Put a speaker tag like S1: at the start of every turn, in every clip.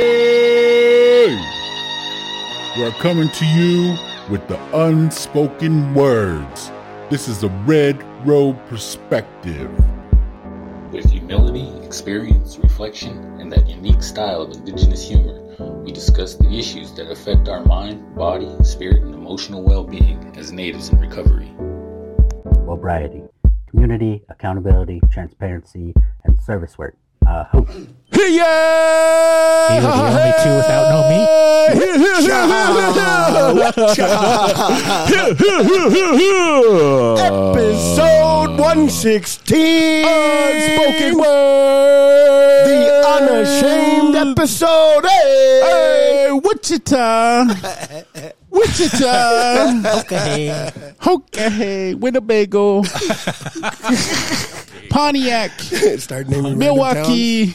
S1: Hey! We're coming to you with the unspoken words. This is the Red Road Perspective.
S2: With humility, experience, reflection, and that unique style of indigenous humor, we discuss the issues that affect our mind, body, spirit, and emotional well being as natives in recovery.
S3: Sobriety, community, accountability, transparency, and service work. Uh, hope.
S4: They were the only two without no meat.
S5: Episode 116
S1: Unspoken word.
S5: The unashamed episode hey!
S1: Hey, Wichita. Wichita.
S4: Okay.
S1: Okay, Winnebago. Pontiac.
S5: Start naming
S1: Milwaukee.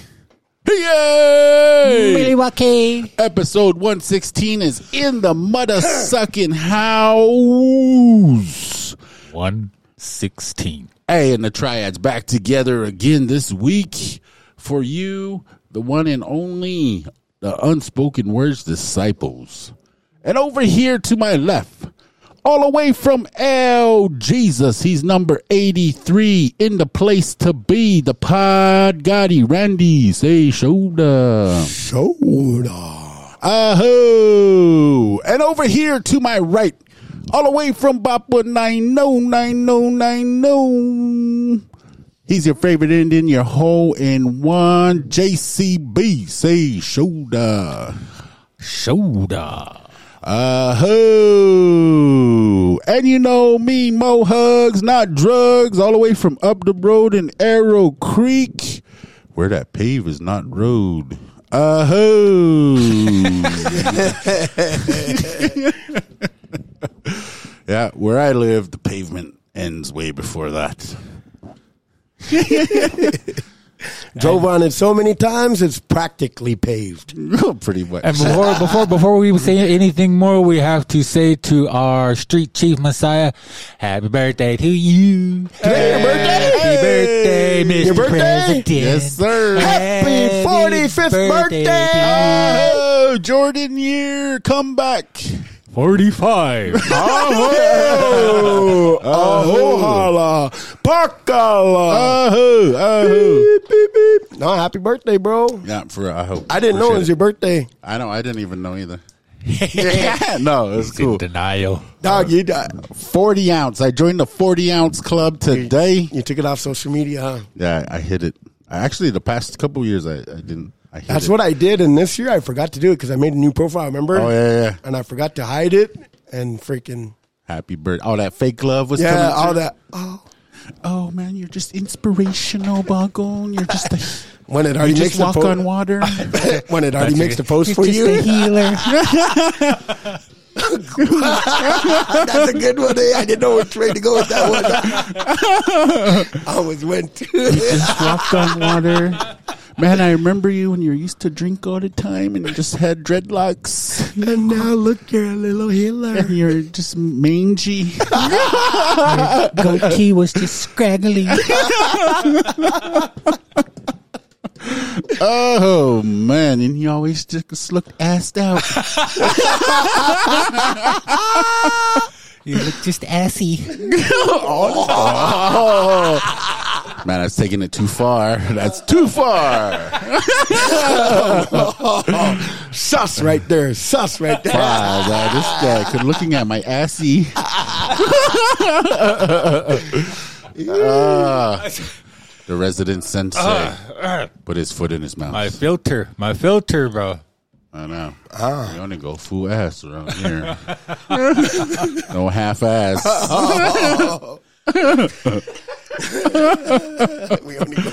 S1: Yay!
S4: Milwaukee.
S1: Episode 116 is in the mother sucking house.
S6: 116.
S1: Hey, and the triad's back together again this week for you, the one and only, the unspoken words disciples. And over here to my left, all the way from L Jesus, he's number 83 in the place to be, the pod Gotti Randy Say Shoulder.
S5: Shoulder.
S1: Aho! And over here to my right, all the way from Bapa 909090. He's your favorite Indian, your hole in one JCB. Say shoulder.
S6: Shoulder.
S1: Aho! And you know me, Mo Hugs, not drugs, all the way from up the road in Arrow Creek, where that pave is not road. Aho! Yeah, where I live, the pavement ends way before that.
S5: Drove on it so many times, it's practically paved.
S1: Pretty much.
S6: And before, before, before we say anything more, we have to say to our street chief messiah, happy birthday to you.
S5: Today your birthday?
S6: Happy birthday, Mr.
S5: Your birthday?
S6: President.
S1: yes, sir.
S5: Happy 45th birthday.
S6: to you.
S1: Aho! Jordan year comeback.
S6: 45.
S5: Aho! Ahohala! Pakala!
S1: Aho! Aho!
S5: Uh, No, happy birthday, bro.
S1: Yeah, for real, I hope.
S5: I didn't know it was your birthday.
S1: I know. I didn't even know either. no, it's cool.
S6: denial.
S5: Dog, you, di-
S1: Forty ounce. I joined the forty ounce club today.
S5: you took it off social media, huh?
S1: Yeah, I hit it. I actually, the past couple years, I, I didn't. I hit
S5: That's
S1: it.
S5: what I did, and this year I forgot to do it because I made a new profile. Remember?
S1: Oh yeah, yeah.
S5: And I forgot to hide it, and freaking
S1: Happy birthday! All that fake love was coming.
S5: yeah, all
S1: through.
S5: that. Oh,
S1: Oh man, you're just inspirational, Boggle. You're just a,
S5: when it
S1: you
S5: already
S1: just
S5: makes the
S1: walk
S5: po-
S1: on water.
S5: when it already makes the post for
S4: Just a
S5: you.
S4: healer.
S5: That's a good one. eh? I didn't know which way to go with that one. I always went. to
S1: just walk on water. Man, I remember you when you used to drink all the time and you just had dreadlocks
S5: and now look, you're a little healer.
S1: and you're just mangy.
S4: Goatee was just scraggly.
S1: Oh man, and he always just looked assed out.
S4: You look just assy.
S1: Oh. Man, that's taking it too far. That's too far.
S5: Sus right there. Sus right there.
S1: Wow, man, uh, this guy could looking at my assy. Ah, the resident sensei put his foot in his mouth.
S6: Uh, My filter. My filter, bro. Ah.
S1: I know. You only go full ass around here. no half ass.
S5: We only go.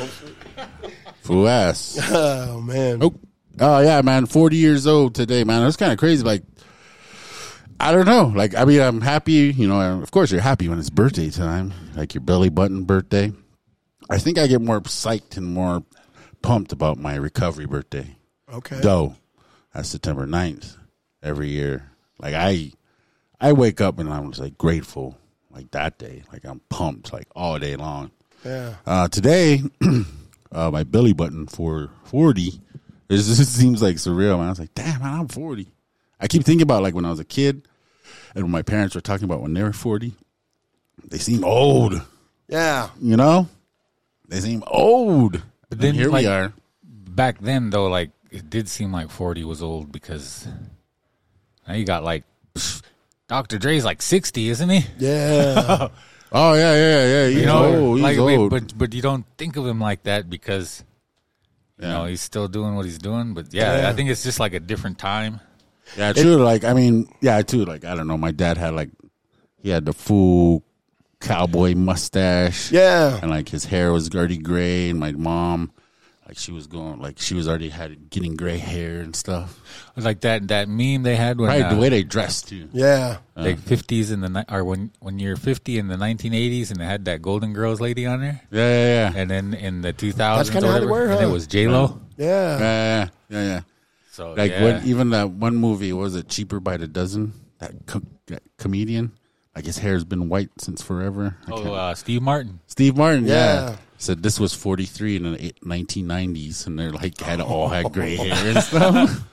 S1: Full ass.
S5: Oh man.
S1: Oh, oh yeah, man. Forty years old today, man. That's kind of crazy. Like, I don't know. Like, I mean, I'm happy. You know, of course, you're happy when it's birthday time, like your belly button birthday. I think I get more psyched and more pumped about my recovery birthday.
S5: Okay.
S1: Though, that's September 9th every year. Like I, I wake up and I'm just like grateful. Like that day, like I'm pumped like all day long.
S5: Yeah.
S1: Uh, today, uh, my belly button for 40
S4: It just seems like surreal, man. I was like, damn, man, I'm 40. I keep thinking about like when I was a kid and when my parents were talking about when they were 40, they seem old,
S5: Yeah.
S4: you know? They seem old. But
S6: then,
S4: then here
S6: like-
S4: we are.
S6: Back then, though, like it did seem like forty was old because now you got like Dr. Dre's like sixty, isn't he?
S5: Yeah.
S4: Oh, yeah, yeah, yeah. He's
S6: You know,
S4: old. He's
S6: like wait,
S4: old.
S6: but but you don't think of him like that because you know he's still doing what he's doing. But yeah, I think it's just like a different time.
S4: Yeah, true. like, I mean, yeah, too. Like, I don't know. My dad had like, he had the full cowboy mustache.
S5: yeah.
S4: And like his hair was already gray. And my mom, like, she was going, like, she was already had getting gray hair and stuff.
S6: Like that that meme they had when
S4: Right.
S6: uh,
S4: the way they dressed, too.
S5: Yeah.
S6: like fifties in the ni- or when when you're fifty in the nineteen eighties and they had that Golden Girls lady on there,
S4: Yeah, yeah, yeah.
S6: and then in the two thousands
S5: kinda how they were,
S6: and it
S5: huh?
S6: was J Lo.
S5: Yeah.
S4: Yeah, yeah, yeah. yeah.
S6: So
S4: Like,
S6: yeah.
S4: when, even that one movie, what was it Cheaper by the Dozen? That, co- that comedian. Like, his hair's been white since forever. I can't-
S6: oh uh, Steve Martin.
S4: Steve Martin, yeah.
S5: Yeah.
S4: Said this was 43 in the eight- 1990s, and they're like, had all had gray hair and stuff.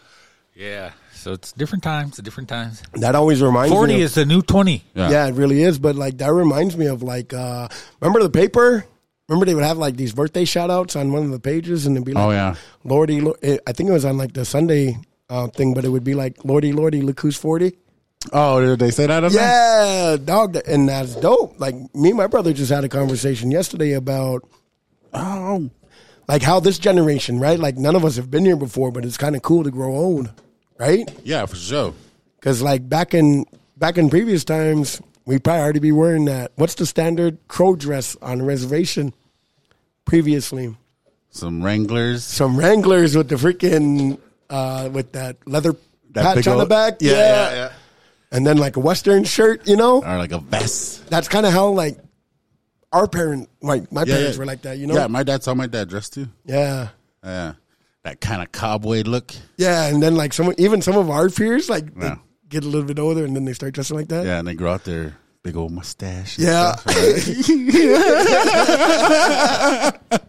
S6: Yeah, so it's different times, different times.
S5: That always reminds
S6: Forty
S5: me. of-
S6: is the new twenty.
S5: yeah, it really is. But like that reminds me of like uh remember the paper? Remember they would have like these birthday shout outs on one of the pages and it'd be like
S4: Oh, yeah.
S5: Lordy Lo- it- I think it was on like the Sunday uh, thing, but it would be like Lordy Lordy look who's forty.
S4: Oh, did they say that? on there?
S5: Yeah, dog that- and that's dope. Like me and my brother just had a conversation yesterday about um,
S4: Oh,
S5: like how this generation, right? Like none of us have been here before, but it's kind of cool to grow old, right?
S4: yeah, for sure.
S5: Because like back in back in previous times, we probably already be wearing that. What's the standard crow dress on a reservation? Previously,
S4: Some Wranglers.
S5: some Wranglers with the freaking uh, with that leather patch on the back,
S4: Yeah, yeah, Uh. yeah.
S5: and then like a western shirt, you know.
S4: Or like a vest.
S5: That's kind of how like our parent, like my
S4: Yeah,
S5: parents
S4: yeah.
S5: were like that, you know.
S4: Yeah, my dad's how my dad dressed too.
S5: yeah.
S4: Yeah. That kind of cowboy look.
S5: Yeah, and then like some even some of our peers like they
S4: Yeah.
S5: get a little bit older and then they start dressing like that.
S4: Yeah, and they grow out their big old mustache. and
S5: Yeah.
S4: stuff, right?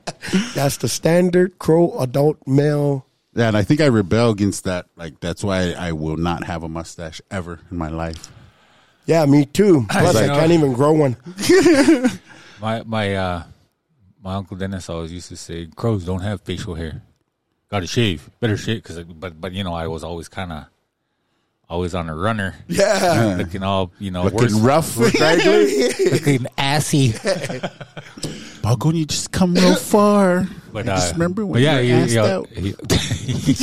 S5: That's the standard crow adult male.
S4: yeah, and I think I rebel against that. Like, that's why I will not have a mustache ever in my life.
S5: Yeah, me too. Plus, I
S6: know.
S5: can't even grow one.
S6: My my uh my uncle Dennis always used to say crows don't have facial hair. Got to shave, better shave. Cause but but you know I was always kind of always on a runner,
S5: Yeah.
S6: looking all you know worse,
S4: Looking rough.
S6: looking assy.
S4: How can you just come real far?
S6: But
S4: I
S6: uh,
S4: just remember when
S6: but yeah,
S4: you
S6: he,
S4: were
S6: he,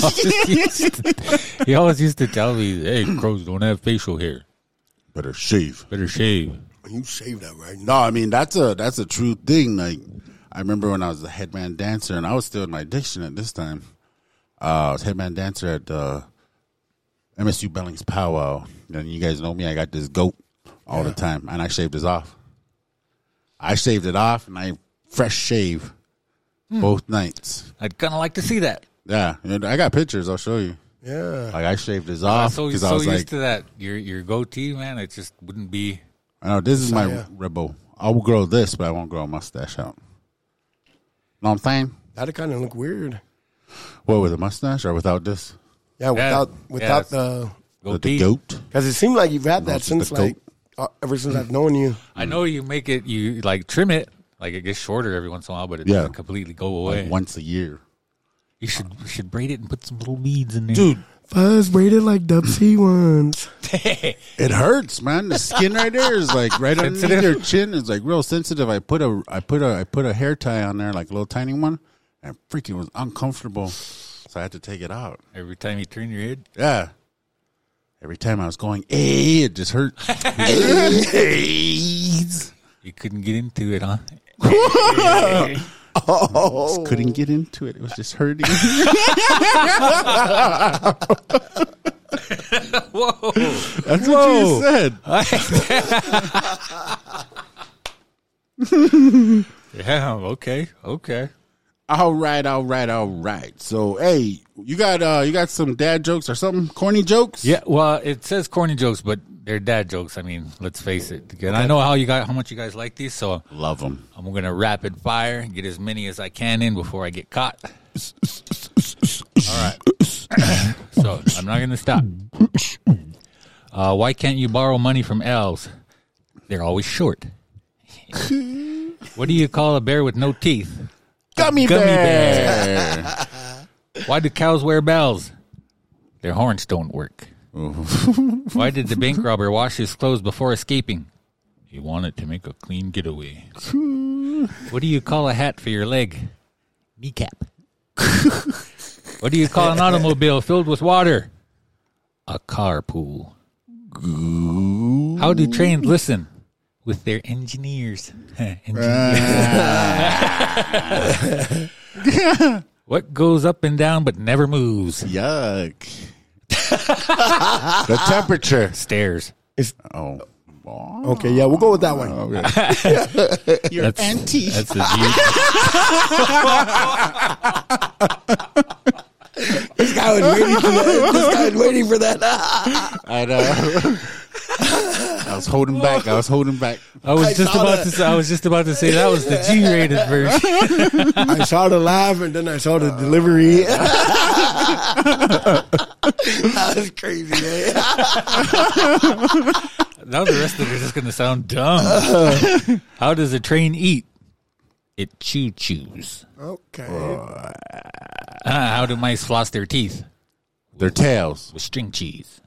S4: asked
S6: he- he always used to, he always used to tell me, "Hey, crows don't have facial hair.
S4: Better shave.
S6: Better shave."
S5: You save that right now.
S4: No, I mean that's a that's a true thing. Like I remember when I was a headman dancer, and I was still in my addiction at this time. Uh, I was headman dancer at uh, MSU Bellings Powwow, and you guys know me. I got this goat all the time, and I shaved this off. I shaved it off, and I fresh shave
S6: Hmm.
S4: both nights.
S6: I'd kind of like to see that.
S4: Yeah, and I got pictures. I'll show you.
S5: Yeah.
S4: Like I shaved this
S6: I'm
S4: off
S6: Uh, so,
S4: because
S6: so
S4: I was
S6: used
S4: like,
S6: to that your your goatee, man. It just wouldn't be.
S4: I know Oh, this is my
S5: yeah.
S4: rebel. I will grow this, but I won't grow a mustache out. Know what I'm saying?
S5: That'd kind of look weird.
S4: What with a mustache or without this?
S5: Yeah, without without
S6: Yeah.
S5: the
S4: With the goat?
S5: because it seemed like you've had that
S4: Versus
S5: since
S4: the
S5: like uh, ever since I've known you.
S6: I know you make it, you like trim it, like it gets shorter every once in a while, but it
S4: Yeah.
S6: doesn't completely go away.
S4: Like once a year.
S6: you should you should braid it and put some little weeds in there,
S4: Dude,
S5: Fuzz braided like Dubsy ones.
S4: it hurts, man. The skin right there is like right underneath
S6: Sensitive.
S4: your chin is like real sensitive. I put a I put a I put a hair tie on there, like a little tiny one, and freaking was uncomfortable. So I had to take it out.
S6: Every time you turn your head,
S4: Yeah. Every time I was going, eh, it just hurt. Ayy.
S6: you couldn't get into it, huh?
S4: Just couldn't get into it. It was just hurting.
S6: Whoa!
S4: That's what you said.
S6: yeah. Okay. Okay.
S4: All right, all right, all right. So, hey, you got uh you got some dad jokes or something? Corny jokes?
S6: Yeah. Well, it says corny jokes, but they're dad jokes. I mean, let's face it. And I know how you got how much you guys like these, so
S4: Love them.
S6: I'm gonna rapid fire and get as many as I can in before I get caught. So I'm not going to stop. Uh, why can't you borrow money from elves? They're always short. what do you call a bear with no teeth?
S4: Gummy,
S6: Gummy
S4: bear.
S6: Why do cows wear bells? Their horns don't work. Why did the bank robber wash his clothes before escaping? He wanted to make a clean getaway. what do you call a hat for your leg? Kneecap. what do you call an automobile filled with water? A carpool. How do trains listen? With their engineers. engineers. what goes up and down but never moves?
S4: Yuck. the temperature.
S6: Stairs.
S4: Oh.
S5: Okay, yeah, we'll go with that one.
S7: Your
S6: That's-
S7: auntie.
S6: That's the G.
S5: I was waiting for that. This guy was waiting for that.
S4: I know. uh, I was holding back. I was holding back.
S6: I was just
S5: saw
S6: about
S5: that.
S6: to. Say, I was just about to say that was the G-rated version.
S5: I saw the laugh and then I saw the delivery. that was crazy, man.
S6: Now the rest of it is just gonna sound dumb. How does a train eat? It choo choos.
S5: Okay.
S6: Uh, how do mice floss their teeth?
S4: Their tails.
S6: With string cheese.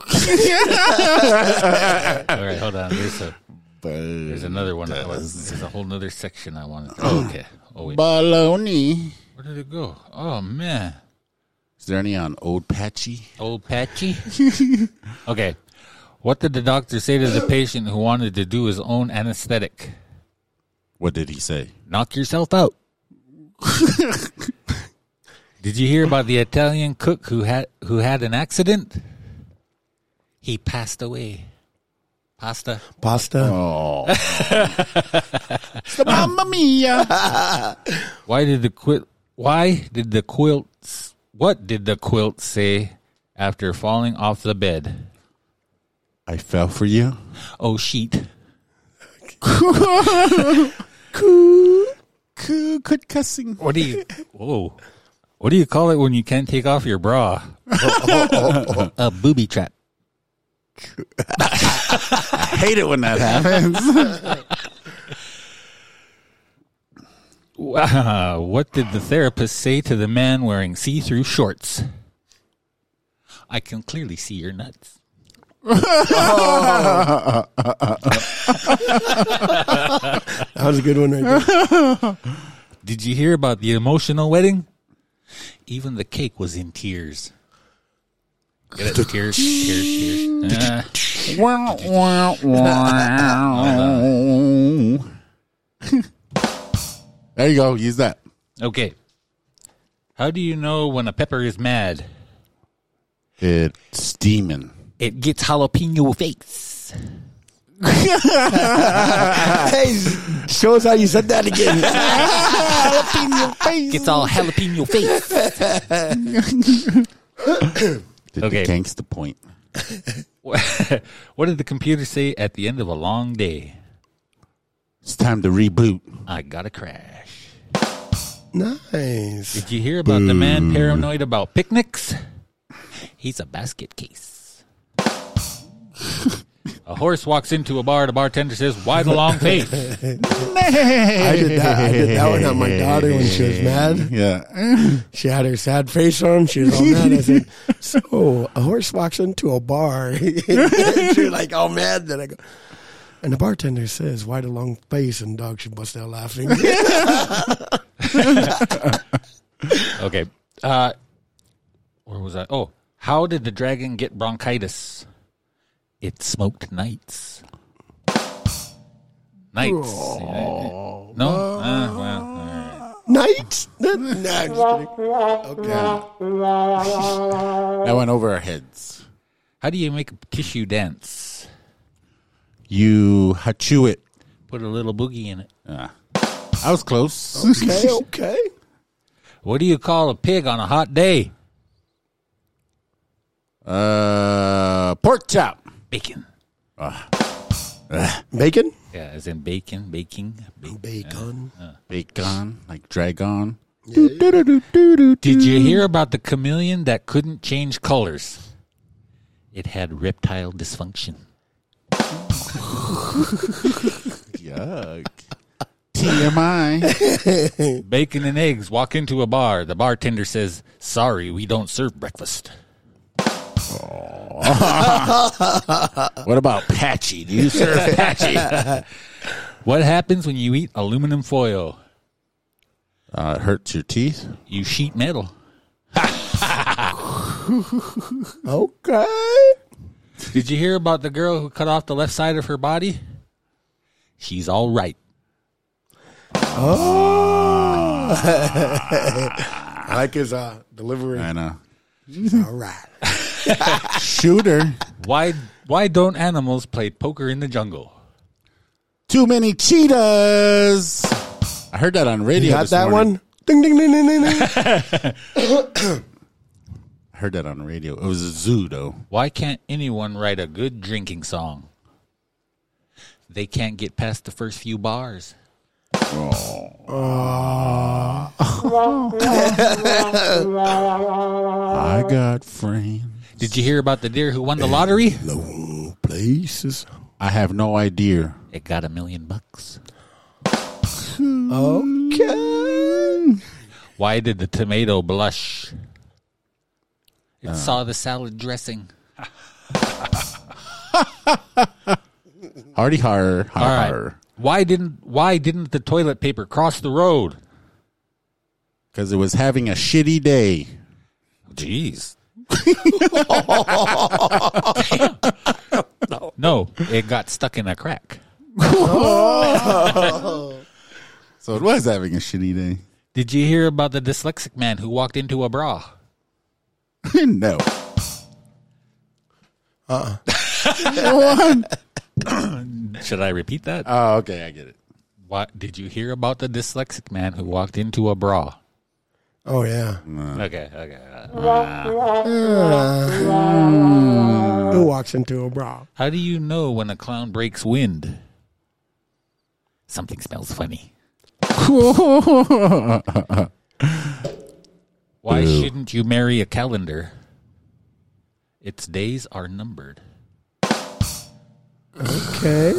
S6: All right, hold on. There's a there's another one. I want- There's a whole nother section I want. to Oh, okay. Oh wait,
S4: Baloney.
S6: where did it go? Oh man,
S4: Is there any on Old Patchy?
S6: old Patchy. okay, what did the doctor say to the patient who wanted to do his own anesthetic?
S4: What did he say?
S6: knock yourself out. Did you hear about the Italian cook who had who had an accident? He passed away. Pasta.
S5: Pasta.
S4: Oh. Mamma mia.
S6: Why did the quilt? Why did the quilt? What did the quilt say after falling off the bed?
S4: I fell for you.
S6: Oh, sheet.
S4: Coo, Quit cussing.
S6: What do you? Whoa. What do you call it when you can't take off your bra? A booby trap.
S4: I hate it when that happens.
S6: Wow. What did the therapist say to the man wearing see through shorts? I can clearly see your nuts.
S5: That was a good one right there.
S6: Did you hear about the emotional wedding? Even the cake was in tears. Get it? Tears, tears, tears. Ah.
S4: Wow, wow, wow. there you go. Use that.
S6: okay. How do you know when a pepper is mad?
S4: It's steaming.
S6: It gets jalapeno face.
S5: Hey, show us how you said that again.
S6: Gets all jalapeno face.
S4: Did
S6: Okay.
S4: the gangsta point.
S6: what did the computer say at the end of a long day?
S4: It's time to reboot.
S6: I gotta crash.
S5: nice.
S6: Did you hear about the man paranoid about picnics? He's a basket case. a horse walks into a bar. The bartender says, "Why the long face?"
S5: I did that. I did that one on my daughter when she was mad.
S4: Yeah.
S5: She had her sad face on. She was all mad. I said, "So a horse walks into a bar." She's like, "Oh man!" Then I go, and the bartender says, "Why the long face?" And dog, she bust out laughing.
S6: Okay. Uh, where was I? Oh, how did the dragon get bronchitis? It smoked nights. Nights. No. Ah, well, all right.
S5: Night. No, I'm just kidding. Okay.
S4: That went over our heads.
S6: How do you make a tissue dance?
S4: You hachu it.
S6: Put a little boogie in it.
S4: I was close.
S5: Okay. Okay.
S6: What do you call a pig on a hot day?
S4: Uh, pork chop.
S6: Bacon.
S5: Bacon.
S6: Yeah, as in bacon, baking, bacon.
S5: Bacon.
S4: Bacon, like dragon.
S6: Did you hear about the chameleon that couldn't change colors? It had reptile dysfunction.
S4: Yuck. TMI.
S6: Bacon and eggs walk into a bar. The bartender says, Sorry, we don't serve breakfast.
S4: What about Patchy? Do you serve Patchy?
S6: What happens when you eat aluminum foil?
S4: Uh, it hurts your teeth.
S6: You sheet metal.
S5: Okay.
S6: Did you hear about the girl who cut off the left side of her body? She's all right.
S5: I like his uh, delivery.
S4: I know.
S5: All right.
S4: Shooter.
S6: Why why don't animals play poker in the jungle?
S4: Too many cheetahs. I heard that on radio.
S5: You got
S4: this
S5: that
S4: morning.
S5: one? Ding, ding, ding, ding, ding, ding.
S4: I heard that on the radio. It was a zoo, though.
S6: Why can't anyone write a good drinking song? They can't get past the first few bars.
S4: Oh. I got friends.
S6: Did you hear about the deer who won the lottery?
S5: Places.
S4: I have no idea.
S6: It got a million bucks.
S4: Okay.
S6: Why did the tomato blush? It saw the salad dressing.
S4: Hardy har har.
S6: All right.
S4: har.
S6: Why didn't why didn't the toilet paper cross the road?
S4: Because it was having a shitty day.
S6: Jeez. no. it got stuck in a crack.
S4: So it was having a shitty day.
S6: Did you hear about the dyslexic man who walked into a bra?
S4: no. Uh-uh.
S6: Should I repeat that?
S4: Oh, okay. I get it.
S6: Why, did you hear about the dyslexic man who walked into a bra?
S5: Oh, yeah.
S6: Okay, okay. uh,
S5: Who walks into a bra?
S6: How do you know when a clown breaks wind? Something smells funny. Why shouldn't you marry a calendar? Its days are numbered.
S5: Okay.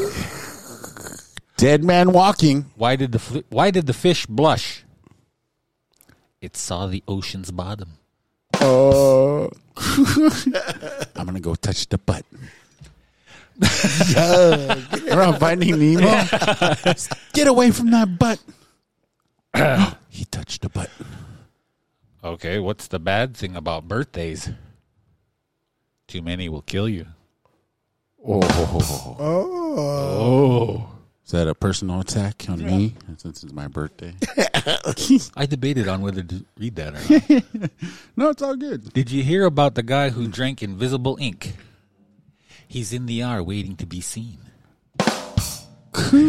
S4: Dead man walking.
S6: Why did the fl- why did the fish blush? It saw the ocean's bottom.
S4: I'm gonna go touch the butt. We're on Finding Nemo. Get away from that butt. he touched the butt.
S6: Okay, what's the bad thing about birthdays? Too many will kill you.
S4: Oh. Oh. Is that a personal attack on me since it's my birthday?
S6: I debated on whether to read that or not.
S4: no, it's all good.
S6: Did you hear about the guy who drank invisible ink? He's in the E R waiting to be seen.
S5: So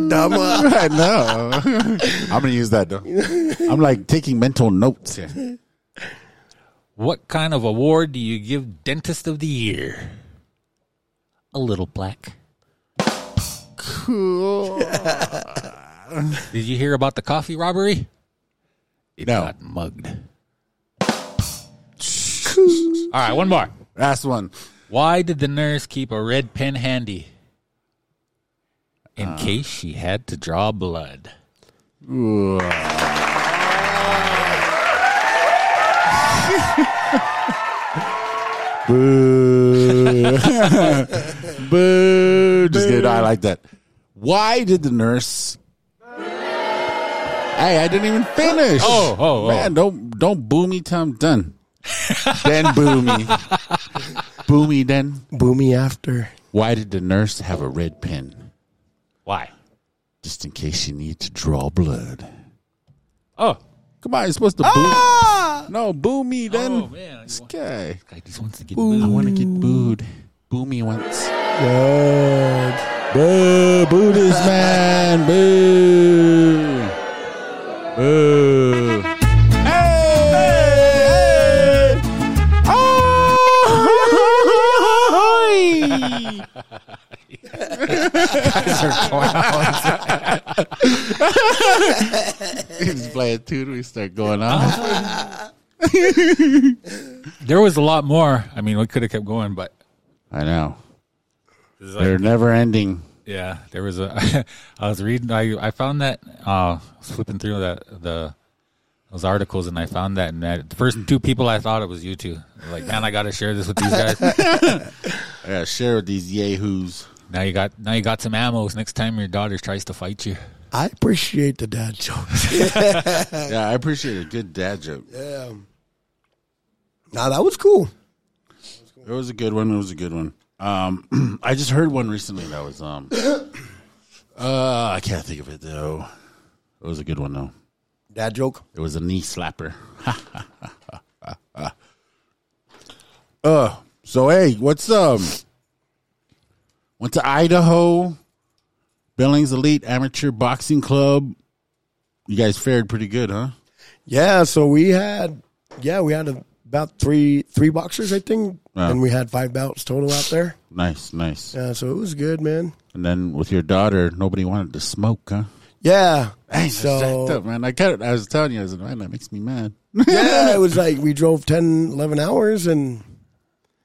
S5: dumb. uh,
S4: I know. I'm gonna use that though. I'm like taking mental notes here.
S6: What kind of award do you give Dentist of the Year? A little plaque. Cool. Did you hear about the coffee robbery? It
S4: No.
S6: got mugged. All right, one more.
S4: Last one.
S6: Why did the nurse keep a red pen handy? In case she had to draw blood.
S4: Boo. Boo. Just kidding. I like that. Why did the nurse? Hey, I didn't even finish.
S6: Oh, oh, oh.
S4: man! Don't don't boo me till I'm done. then boo me. boo me then.
S5: Boomy after.
S4: Why did the nurse have a red pen?
S6: Why?
S4: Just in case you need to draw blood.
S6: Oh, Ah!
S4: Come on, you're supposed to boo. No, boo me then.
S6: Oh, man.
S4: This guy.
S6: I just wants to get
S4: I
S6: booed.
S4: want to get booed. Boo me once.
S5: Good.
S4: Boo, boo this man, boo. Boo. Hey, hey. Oh. He's playing tutor. We start going on.
S6: there was a lot more. I mean, we could have kept going, but
S4: I know.
S6: it's like-
S4: They're never ending.
S6: yeah, there was a. I was reading. I I found that uh, flipping through that the those articles, and I found that, and that the first two people I thought it was you two. Like, man, I got to share this with these guys.
S4: I gotta share with these yahoos.
S6: now you got now you got some ammo. Next time your daughter tries to fight you,
S5: I appreciate the dad jokes.
S4: Yeah, I appreciate a good dad joke.
S5: yeah. Now Um, that was cool.
S4: It was a good one. It was a good one. Um, I just heard one recently that was um, uh, I can't think of it though. It was a good one though.
S5: Dad joke.
S4: It was a knee slapper. uh, Uh, so hey, what's um? Went to Idaho, Billings Elite Amateur Boxing Club. You guys fared pretty good, huh?
S5: Yeah, so we had yeah, we had a, about three three boxers, I think.
S4: Wow.
S5: And we had five bouts total out there.
S4: Nice, nice.
S5: Yeah, so it was good, man.
S4: And then with your daughter, nobody wanted to smoke, huh?
S5: Yeah.
S4: Dang, that's jacked
S5: so
S4: up, man. I got I was telling you, I was like, man, that makes me mad.
S5: yeah, it was like we drove 10, 11 hours and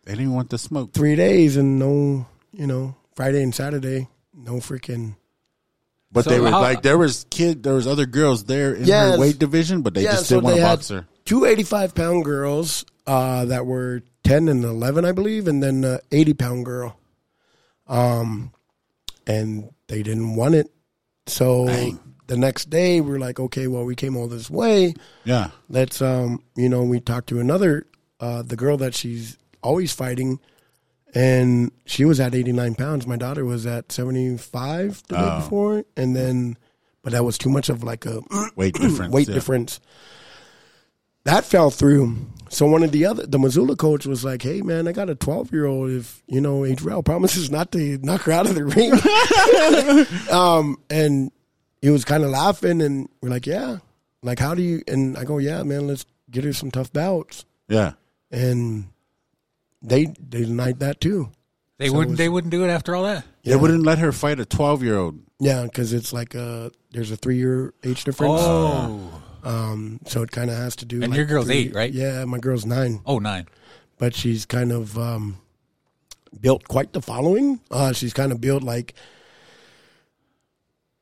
S4: They didn't want the smoke.
S5: three days and no, you know, Friday and Saturday, no freaking.
S4: But
S6: So
S4: they were
S6: how-
S4: like, there was kid, there was other girls there in
S5: Yes.
S4: her weight division, but they
S5: yeah,
S4: just
S5: so
S4: didn't want
S5: they
S4: to
S5: had
S4: box her.
S5: two 85 pound girls uh, that were 10 and 11, I believe, and then an 80 pound girl. Um, and they didn't want it. So the next day, we are like, okay, well, we came all this way.
S4: Yeah,
S5: let's um you know we talked to another uh the girl that she's always fighting and she was at 89 pounds my daughter was at 75 the
S4: Oh.
S5: day before and then but that was too much of like a
S4: weight difference.
S5: weight
S4: yeah.
S5: difference that fell through so one of the other the missoula coach was like hey man i got a 12 year old if you know adriel promises not to knock her out of the ring um and he was kind of laughing and we're like yeah like how do you and i go yeah man let's get her some tough bouts
S4: Yeah,
S5: and they they denied that too
S6: they wouldn't they wouldn't do it after all that.
S4: they wouldn't let her fight a twelve-year-old.
S5: yeah because it's like a there's a three year age difference
S6: Oh,
S5: um so it kind of has to do
S6: And
S5: like,
S6: your girl's
S5: three-
S6: eight, right?
S5: yeah my girl's nine
S6: oh nine.
S5: but she's kind of um, built quite the following. Uh, she's kind of built like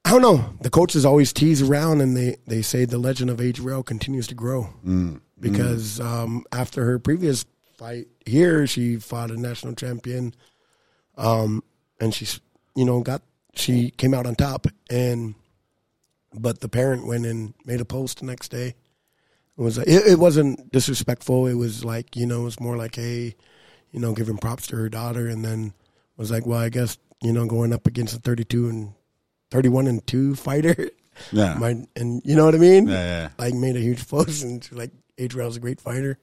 S5: I don't know. The coaches always tease around, and they they say the legend of Age Rail continues to grow because Um, after her previous fight here, she fought a national champion, um, and she's you know got she came out on top and. But the parent went and made a post the next day it was it, it wasn't disrespectful. It was like you know, it was more like hey, you know, giving props to her daughter, and then was like, well, I guess you know, going up against a thirty-two and thirty-one and two fighter,
S4: Yeah,
S5: might and you know what I mean?
S4: Yeah, yeah.
S5: Like made a huge post and she's like Adriel's a great fighter,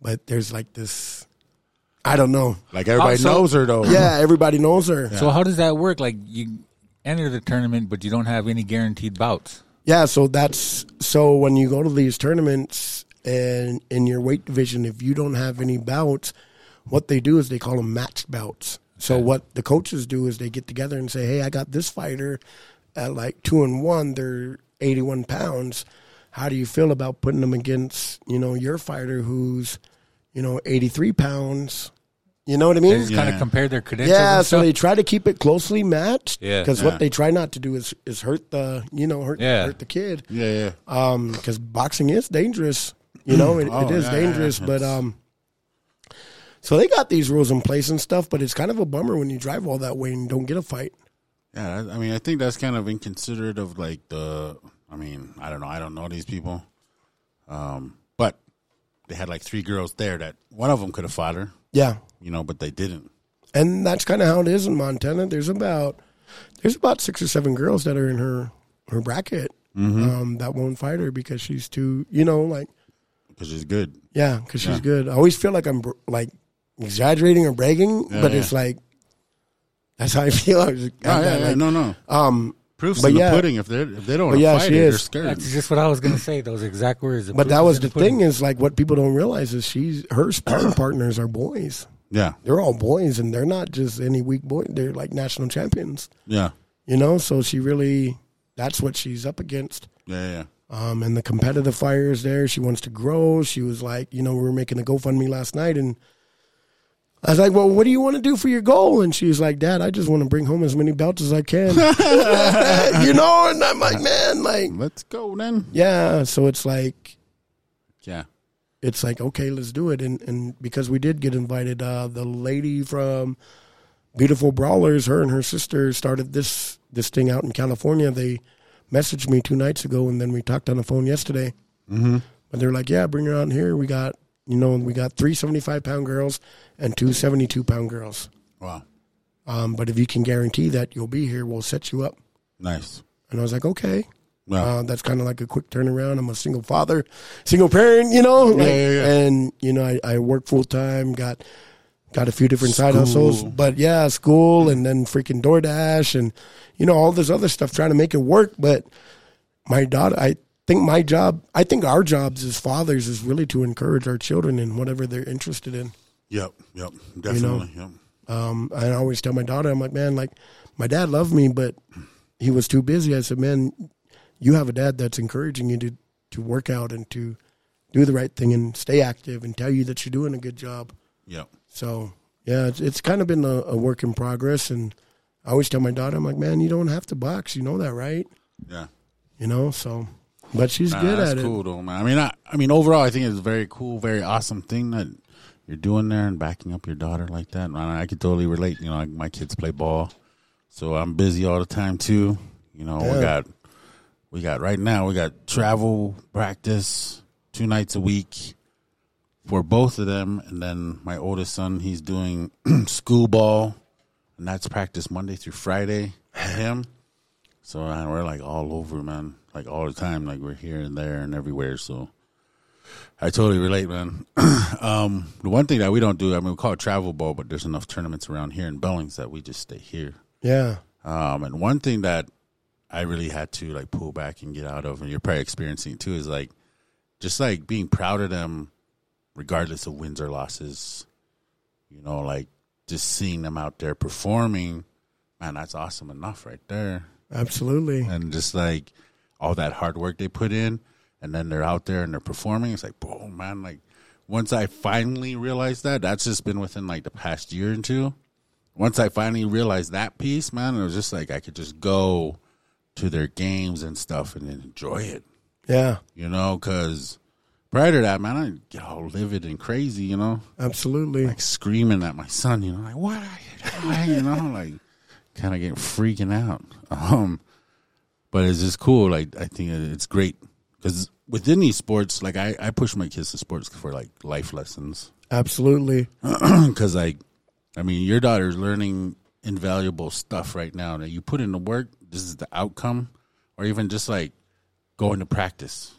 S5: but there's like this, I don't know.
S4: like everybody
S6: Oh, so-
S4: knows her though.
S5: Yeah, everybody knows her.
S6: So how does that work? Like you enter the tournament, but you don't have any guaranteed bouts.
S5: Yeah, so that's so when you go to these tournaments and in your weight division, if you don't have any bouts, what they do is they call them matched bouts. So what the coaches do is they get together and say, "Hey, I got this fighter at like two and one. They're eighty-one pounds. How do you feel about putting them against you know your fighter who's you know eighty-three pounds? You know what I
S6: They
S5: mean?
S6: just kind of compare their credentials.
S5: Yeah,
S6: and
S5: so
S6: stuff.
S5: they try to keep it closely matched.
S6: Yeah.
S5: because
S4: Yeah.
S5: what they try not to do is is hurt the you know hurt
S6: Yeah.
S5: hurt the kid
S4: yeah, yeah.
S5: because Um, boxing is dangerous. You know, it,
S4: Oh,
S5: it is
S4: yeah,
S5: dangerous,
S4: yeah,
S5: but
S4: it's-
S5: um, so they got these rules in place and stuff. But it's kind of a bummer when you drive all that way and don't get a fight.
S4: Yeah, I I mean, I think that's kind of inconsiderate of like the. I mean, I don't know. I don't know these people, um, but they had like three girls there that one of them could have fought her,
S5: Yeah,
S4: you know, but they didn't.
S5: and that's kind of how it is in Montana. There's about there's about six or seven girls that are in her her bracket
S4: Mm-hmm.
S5: um, that won't fight her because she's too you know like
S4: because she's good.
S5: yeah because she's good. I always feel like I'm br- like exaggerating or bragging, but
S4: yeah.
S5: it's like that's how I feel. I was,
S4: Oh, yeah, yeah,
S5: like,
S4: no, no.
S5: um,
S4: Proofs
S5: but
S4: in
S5: yeah.
S4: the pudding. If they if they don't want
S5: But
S4: to
S5: yeah,
S4: fight
S5: she
S4: it, they're
S5: is.
S4: scared.
S6: That's just what I was going to say. Those exact words.
S5: But that
S6: proof
S5: was
S6: is
S5: the
S6: in pudding.
S5: thing is like what people don't realize is she's her sparring partners are boys.
S4: Yeah,
S5: They're all boys, and they're not just any weak boy. They're like national champions,
S4: yeah,
S5: you know. So she really That's what she's up against.
S4: Yeah, yeah.
S5: Um, and the competitive fire is there. She wants to grow. She was like, you know, we were making a GoFundMe last night, and I was like, well, what do you want to do for your goal? And she's like, Dad, I just want to bring home as many belts as I can. you know, and I'm like, man, like,
S4: Let's go then.
S5: yeah. So it's like,
S4: Yeah.
S5: it's like okay let's do it and and because we did get invited uh the lady from beautiful brawlers her and her sister started this this thing out in california they messaged me two nights ago and then we talked on the phone yesterday mm-hmm. but they're like yeah bring her out here we got you know we got three 75 pound girls and two 72 pound girls
S4: Wow.
S5: um but if you can guarantee that you'll be here we'll set you up
S4: Nice.
S5: and i was like okay
S4: Wow.
S5: uh, that's kind of like a quick turnaround. I'm a single father, single parent, you know, like-
S4: yeah, yeah.
S5: and you know, I, I work full time, got, got a few different side
S4: School.
S5: hustles, but yeah, school and then freaking DoorDash and, you know, all this other stuff trying to make it work. But my daughter, I think my job, I think our jobs as fathers is really to encourage our children in whatever they're interested in.
S4: yep. Yep. Definitely. yep.
S5: Um, I always tell my daughter, I'm like, man, like my dad loved me, but he was too busy. I said, man, you have a dad that's encouraging you to, to work out and to do the right thing and stay active and tell you that you're doing a good job.
S4: Yep.
S5: So yeah, it's, it's kind of been a, a work in progress. And I always tell my daughter, I'm like, man, you don't have to box. You know that, right?
S4: Yeah.
S5: You know, so, but she's
S4: Nah,
S5: good
S4: that's
S5: at it.
S4: cool though, man. I mean, I, I mean, overall, I think it's a very cool, very awesome thing that you're doing there and backing up your daughter like that. And I, I could totally relate. You know, like my kids play ball, so I'm busy all the time too. You know, we
S5: Yeah.
S4: got we got right now we got travel practice two nights a week for both of them, and then my oldest son he's doing school ball, and that's practice Monday through Friday for him. So uh, we're like all over, man. Like all the time. Like we're here and there and everywhere. So I totally relate, man. um, the one thing that we don't do, I mean, we call it travel ball, but there's enough tournaments around here in Bellings that we just stay here.
S5: Yeah.
S4: Um, and one thing that I really had to like pull back and get out of, and you're probably experiencing it too, is like just like being proud of them, regardless of wins or losses. You know, like just seeing them out there performing, man, that's awesome enough right there
S5: Absolutely.
S4: and just like all that hard work they put in and then they're out there and they're performing it's like bro man like once i finally realized that that's just been within like the past year and two once i finally realized that piece man it was just like i could just go to their games and stuff and then enjoy it
S5: Yeah.
S4: you know because prior to that man i get all livid and crazy you know
S5: Absolutely.
S4: like screaming at my son, you know, like what are you doing? you know, like kind of getting freaking out. Um, but it's just cool. Like I think it- it's great because within these sports, like I, I push my kids to sports for like life lessons
S5: Absolutely.
S4: because like I mean your daughter's learning invaluable stuff right now that you put in the work. This is the outcome, or even just like going to practice.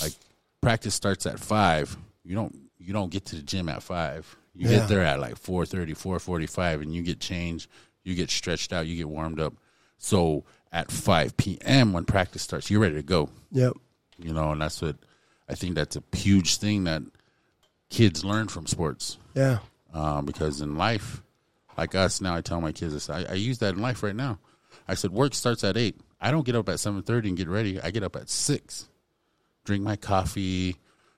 S4: Like practice starts at five. You don't you don't get to the gym at five. You
S5: Yeah.
S4: get there at like 4.30, 4.45, and you get changed. You get stretched out. You get warmed up. So at five p.m. when practice starts, you're ready to go
S5: Yep.
S4: you know and that's what i think that's a huge thing that kids learn from sports
S5: Yeah.
S4: um, because in life like us now i tell my kids this I, I use that in life right now i said work starts at 8 i don't get up at 7.30 and get ready i get up at 6 drink my coffee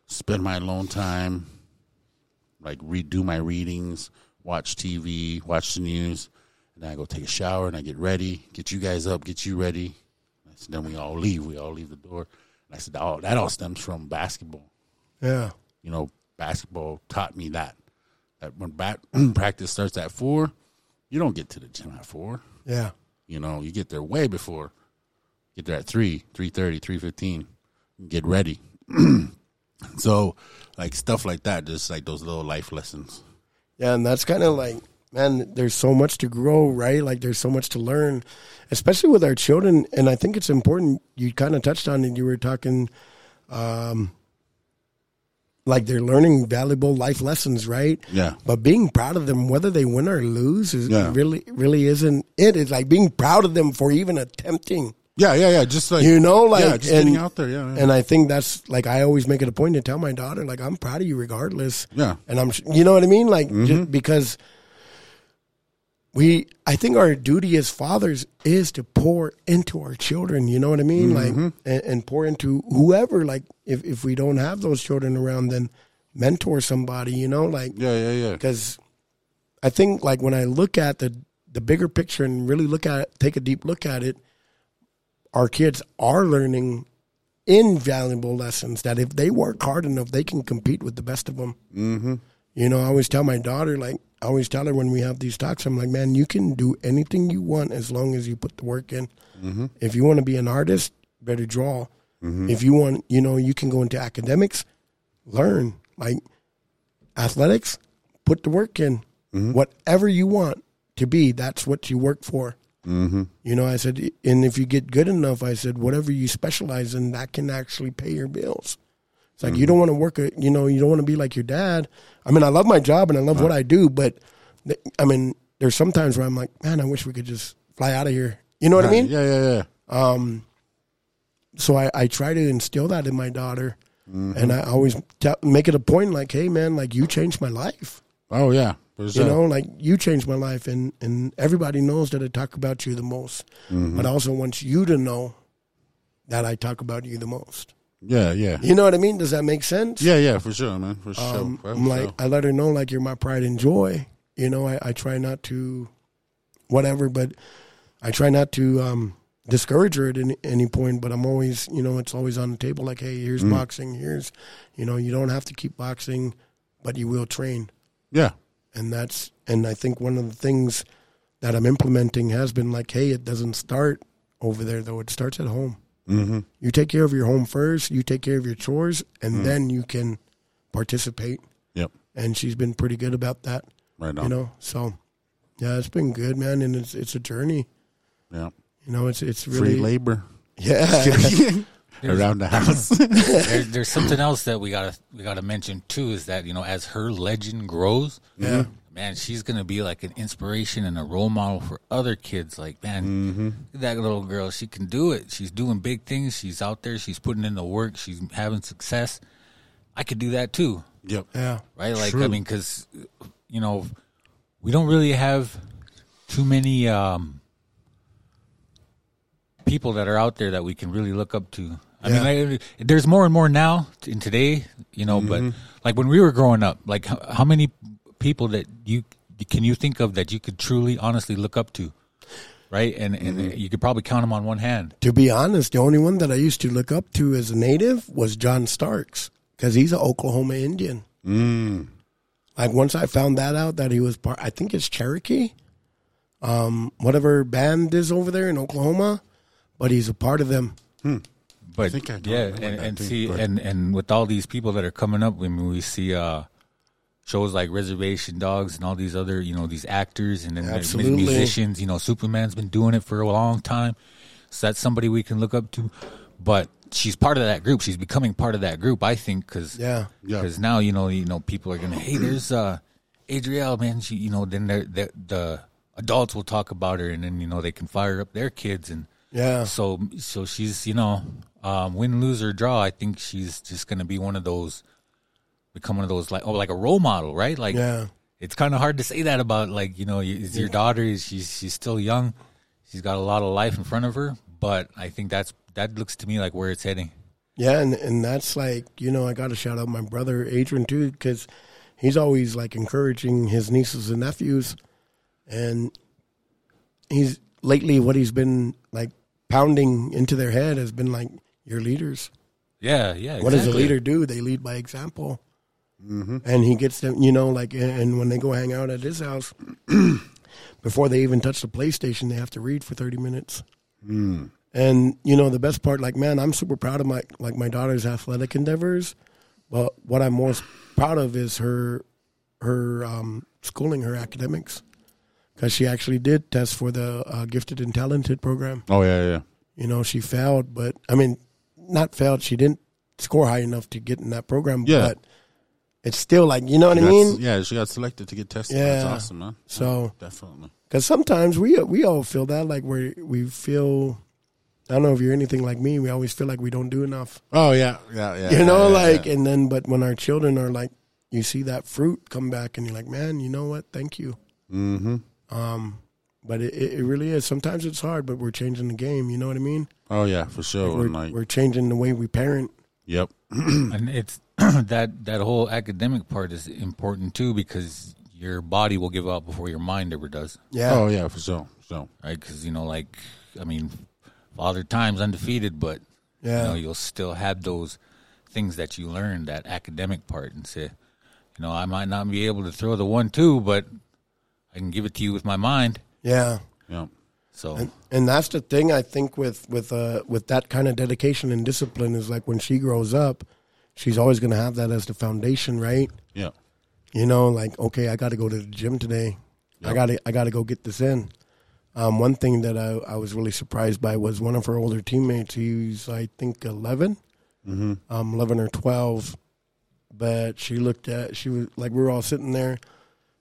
S4: spend my alone time like redo my readings watch tv watch the news and then i go take a shower and i get ready get you guys up get you ready I said, then we all leave. We all leave the door. And I said, oh, that all stems from basketball.
S5: Yeah.
S4: You know, basketball taught me that. That when bat- practice starts at four, you don't get to the gym at four.
S5: Yeah.
S4: You know, you get there way before. Get there at three, three thirty, three fifteen. Get ready. so, like stuff like that, just like those little life lessons.
S5: Yeah, and that's kind of like, man, there's so much to grow, right? Like, there's so much to learn, especially with our children. And I think it's important. You kind of touched on it. You were talking, um, like they're learning valuable life lessons, right?
S4: Yeah.
S5: But being proud of them, whether they win or lose, is
S4: Yeah.
S5: really, really isn't it. It's like being proud of them for even attempting.
S4: Yeah, yeah, yeah. Just like
S5: You know, like
S4: yeah, just
S5: and,
S4: getting out there. Yeah, yeah.
S5: and I think that's like I always make it a point to tell my daughter, like I'm proud of you regardless.
S4: Yeah. Mm-hmm.
S5: and I'm, you know what I mean, like ju- because we I think our duty as fathers is to pour into our children. You know what I mean?
S4: Mm-hmm.
S5: Like and, and pour into whoever. Like if if we don't have those children around, then mentor somebody. You know, like
S4: Yeah, yeah, yeah.
S5: because I think like when I look at the the bigger picture and really look at it, take a deep look at it, our kids are learning invaluable lessons that if they work hard enough, they can compete with the best of them. Mm-hmm. You know, I always tell my daughter like I always tell her when we have these talks, I'm like, man, you can do anything you want as long as you put the work in. If you want to be an artist, better draw. If you want, you know, you can go into academics, learn like athletics, put the work in. Whatever you want to be, that's what you work for. Mm-hmm. You know, I said, and if you get good enough, I said, whatever you specialize in, that can actually pay your bills. It's like you don't want to work, a, you know, you don't want to be like your dad. I mean, I love my job and I love what I do, but th- I mean, there's sometimes where I'm like, man, I wish we could just fly out of here. You know what I mean?
S4: Yeah, yeah, yeah.
S5: so I, I try to instill that in my daughter and i always tell, make it a point like hey man like you changed my life
S4: Oh yeah. For
S5: you
S4: sure.
S5: know like you changed my life and and everybody knows that i talk about you the most but i also want you to know that i talk about you the most
S4: Yeah, yeah.
S5: you know what i mean does that make sense
S4: Yeah, yeah, for sure, man. For sure.
S5: um,
S4: for
S5: I'm like
S4: sure.
S5: I let her know like you're my pride and joy. You know, I, I try not to, whatever, but I try not to um, discourage her at any, any point. But I'm always, you know, it's always on the table. Like, hey, here's boxing. Here's, you know, you don't have to keep boxing, but you will train,
S4: Yeah.
S5: and that's and I think one of the things that I'm implementing has been like, hey, it doesn't start over there though. It starts at home.
S4: Mm-hmm.
S5: You take care of your home first. You take care of your chores, and then you can participate
S4: Yep.
S5: and she's been pretty good about that.
S4: Right on.
S5: You know, so yeah, it's been good, man, and it's it's a journey.
S4: yeah.
S5: You know, it's it's really
S4: Free labor
S5: yeah,
S4: around the house.
S6: there, there's something else that we gotta we gotta mention too is that you know as her legend grows,
S5: Yeah.
S6: man, she's gonna be like an inspiration and a role model for other kids. Like, man, that little girl, she can do it. She's doing big things. She's out there. She's putting in the work. She's having success. I could do that too,
S4: yep.
S5: yeah,
S6: right? Like, I
S4: True.
S6: mean, because you know, we don't really have too many um, people that are out there that we can really look up to. I mean, like, there's more and more now t- in today, you know. But like when we were growing up, like how, how many people that you can you think of that you could truly, honestly look up to, right? And and you could probably count them on one hand.
S5: To be honest, the only one that I used to look up to as a native was John Starks because he's an Oklahoma Indian. Mm. Like once I found that out that he was part, I think it's Cherokee, um, whatever band is over there in Oklahoma, but he's a part of them.
S6: But
S4: think I know
S6: yeah,
S4: him like
S6: and,
S4: that
S6: and
S4: too,
S6: see,
S4: but-
S6: and and with all these people that are coming up, I mean, we see uh, shows like Reservation Dogs and all these other, you know, these actors and then there's
S5: Absolutely.
S6: musicians. You know, Superman's been doing it for a long time, so that's somebody we can look up to. But she's part of that group. She's becoming part of that group, I think, because
S5: Yeah.
S4: Yeah.
S6: because now you know, you know, people are gonna, hey, there's uh, Adrielle, man. She, you know, then they're, they the adults will talk about her, and then you know they can fire up their kids and.
S5: Yeah,
S6: So so she's you know um, win lose or draw. I think she's just gonna be one of those become one of those like oh like a role model right like
S5: yeah,
S6: it's kind of hard to say that about like you know y- it's your daughter is she's she's still young she's got a lot of life in front of her but I think that's that looks to me like where it's heading
S5: Yeah, and and that's like you know I got to shout out my brother Adrian too because he's always like encouraging his nieces and nephews, and he's lately what he's been like pounding into their head has been like your leaders.
S6: yeah yeah
S5: What does a
S6: exactly.
S5: leader do? They lead by example, and he gets them you know like and- and when they go hang out at his house. Before they even touch the PlayStation, they have to read for thirty minutes. And you know the best part, like man, I'm super proud of my like my daughter's athletic endeavors, but what I'm most proud of is her her um, schooling, her academics, because she actually did test for the uh, gifted and talented program.
S4: Oh yeah, yeah.
S5: You know she failed, but I mean, not failed. She didn't score high enough to get in that program.
S4: Yeah.
S5: but it's still like you know what I
S4: That's-
S5: mean.
S4: yeah, she got selected to get tested. That's
S5: Yeah.
S4: awesome, man.
S5: So
S4: Definitely.
S5: Because sometimes we we all feel that like we we feel. I don't know if you're anything like me. We always feel like we don't do enough.
S4: Oh yeah, yeah, yeah.
S5: You
S4: yeah,
S5: know,
S4: yeah,
S5: like,
S4: yeah.
S5: and then, but when our children are like, you see that fruit come back, and you're like, man, you know what? Thank you. Mm-hmm. Um, But it, it it really is. Sometimes it's hard, but we're changing the game. You know what I mean?
S4: Oh yeah, for sure.
S5: We're,
S4: and like,
S5: we're changing the way we parent.
S4: yep.
S6: and it's that that whole academic part is important too because your body will give out before your mind ever does,
S5: Yeah.
S4: Oh yeah, for sure. So
S6: right? Because you know, like I mean, Father Time's undefeated, but
S5: Yeah.
S6: you know, you'll still have those things that you learned that academic part and say, you know, I might not be able to throw the one two, but I can give it to you with my mind.
S5: Yeah.
S4: yeah,
S6: So
S5: And, and that's the thing I think with with uh, with that kind of dedication and discipline is like when she grows up, she's always going to have that as the foundation, right?
S4: yeah,
S5: You know, like okay, I got to go to the gym today. I got to I got to go get this in. Um, one thing that I, I was really surprised by was one of her older teammates. He's I think 11 um, eleven or twelve. But she looked at she was like we were all sitting there,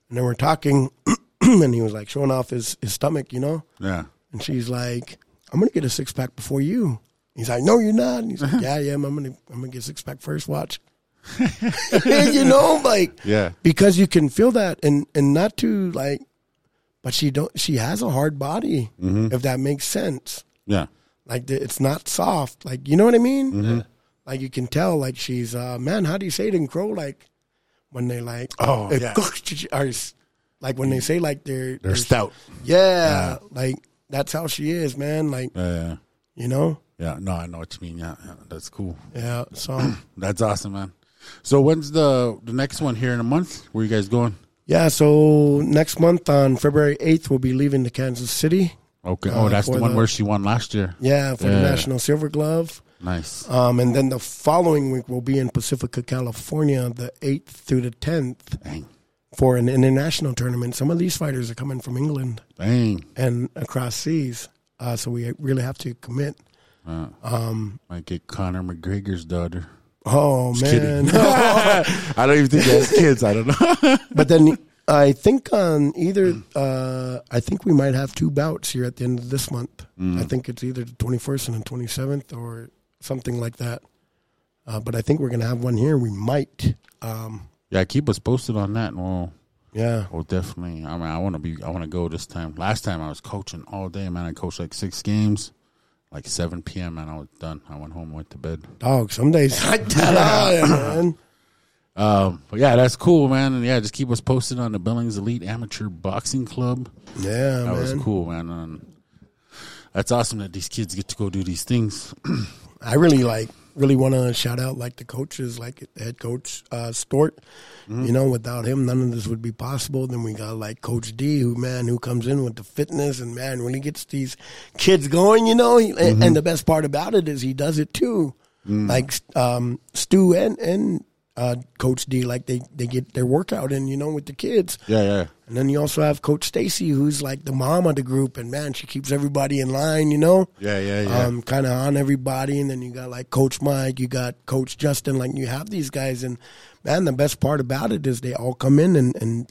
S5: and then we're talking, and he was like showing off his his stomach, you know.
S4: yeah.
S5: And she's like, I'm gonna get a six pack before you. He's like, No, you're not. And he's like, Yeah, yeah, I'm gonna I'm gonna get six pack first. Watch. you know, like
S4: Yeah.
S5: because you can feel that and and not to like, but she don't she has a hard body
S4: Mm-hmm.
S5: if that makes sense.
S4: Yeah.
S5: Like the, it's not soft. Like you know what I mean?
S4: Mm-hmm.
S5: Like you can tell. Like she's uh, man. How do you say it in crow? Like when they like
S4: Oh,
S5: eh,
S4: yeah. Mm.
S5: or s- like when they say like they're
S4: They're stout.
S5: yeah, like that's how she is, man. Like
S4: Yeah, yeah.
S5: you know,
S4: Yeah. No, I know what you mean. Yeah, yeah. that's cool.
S5: yeah. So
S4: That's awesome, man. So when's the the next one here in a month? Where you guys going?
S5: yeah. So next month on February eighth, we'll be leaving to Kansas City.
S4: Okay.
S5: Uh,
S4: oh, that's the
S5: for
S4: one
S5: the-
S4: where she won last year.
S5: Yeah, for the
S4: Yeah.
S5: National Silver Glove.
S4: Nice.
S5: Um, and then the following week we'll be in Pacifica, California, the eighth through the tenth.
S4: Dang.
S5: for an international tournament. Some of these fighters are coming from England
S4: Dang.
S5: and across seas, uh, so we really have to commit.
S4: Might get Conor McGregor's daughter.
S5: Oh man!
S4: I don't even think he has kids. I don't know.
S5: but then I think on either, uh, I think we might have two bouts here at the end of this month. I think it's either the twenty first and the twenty seventh, or something like that. Uh, but I think we're gonna have one here. We might. Um,
S4: yeah, keep us posted on that. and we'll
S5: yeah.
S4: Oh, definitely. I mean, I want to be. I want to go this time. Last time I was coaching all day, man. I coached like six games, like seven p.m. and I was done. I went home, went to bed.
S5: Dog. Some days I die, man.
S4: Um, but yeah, that's cool, man. And yeah, just keep us posted on the Billings Elite Amateur Boxing Club.
S5: Yeah,
S4: That
S5: man.
S4: was cool, man. And that's awesome that these kids get to go do these things.
S5: I really like really want to shout out like the coaches, like the head coach uh, Stort. You know, without him, none of this would be possible. Then we got like Coach D, who man, who comes in with the fitness and man really gets these kids going. You know, He- and, and the best part about it is he does it too. Like um, Stu and and uh, Coach D, like they they get their workout in. You know, with the kids.
S4: Yeah, yeah,
S5: And then you also have Coach Stacy, who's like the mom of the group, and man, she keeps everybody in line. You know
S4: yeah, yeah,
S5: um, kind of on everybody. And then you got like Coach Mike, you got Coach Justin. Like you have these guys, and man, the best part about it is they all come in and, and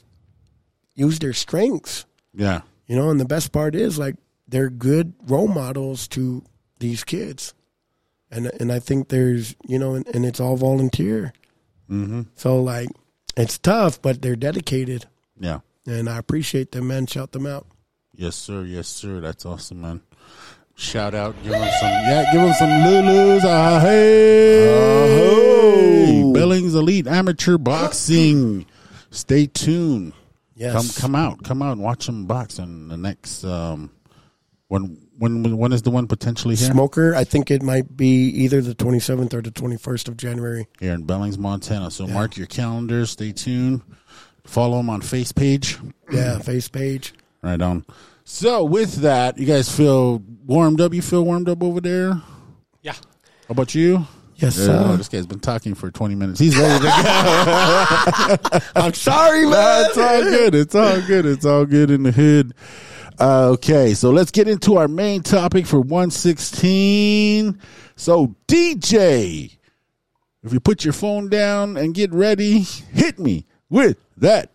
S5: use their strengths,
S4: yeah,
S5: you know. And the best part is like they're good role models to these kids, and and I think there's you know, and, and it's all volunteer. Mm-hmm. So like it's tough, but they're dedicated,
S4: yeah.
S5: and I appreciate them, man. Shout them out.
S4: Yes, sir. Yes, sir. That's awesome, man. Shout out. Give him some. Yeah, give him some Lulus. Ah, hey. Billings Elite Amateur Boxing. Stay tuned.
S5: Yes,
S4: Come, come out. Come out and watch him box on the next. Um, when, when, when is the one potentially here?
S5: Smoker, I think it might be either the 27th or the 21st of January.
S4: Here in Billings, Montana. So mark your calendars. Stay tuned. Follow him on face page.
S5: Yeah, face page.
S4: Right on. So with that, you guys feel warmed up. You feel warmed up over there. How
S7: Yeah.
S4: about you?
S5: Yes,
S4: Yeah,
S5: sir.
S4: Oh, this guy's been talking for 20 minutes. He's ready to go.
S5: I'm sorry, man.
S4: it's all good. It's all good. It's all good in the hood. Uh, okay, so let's get into our main topic for 116. So, DJ, if you put your phone down and get ready, hit me with that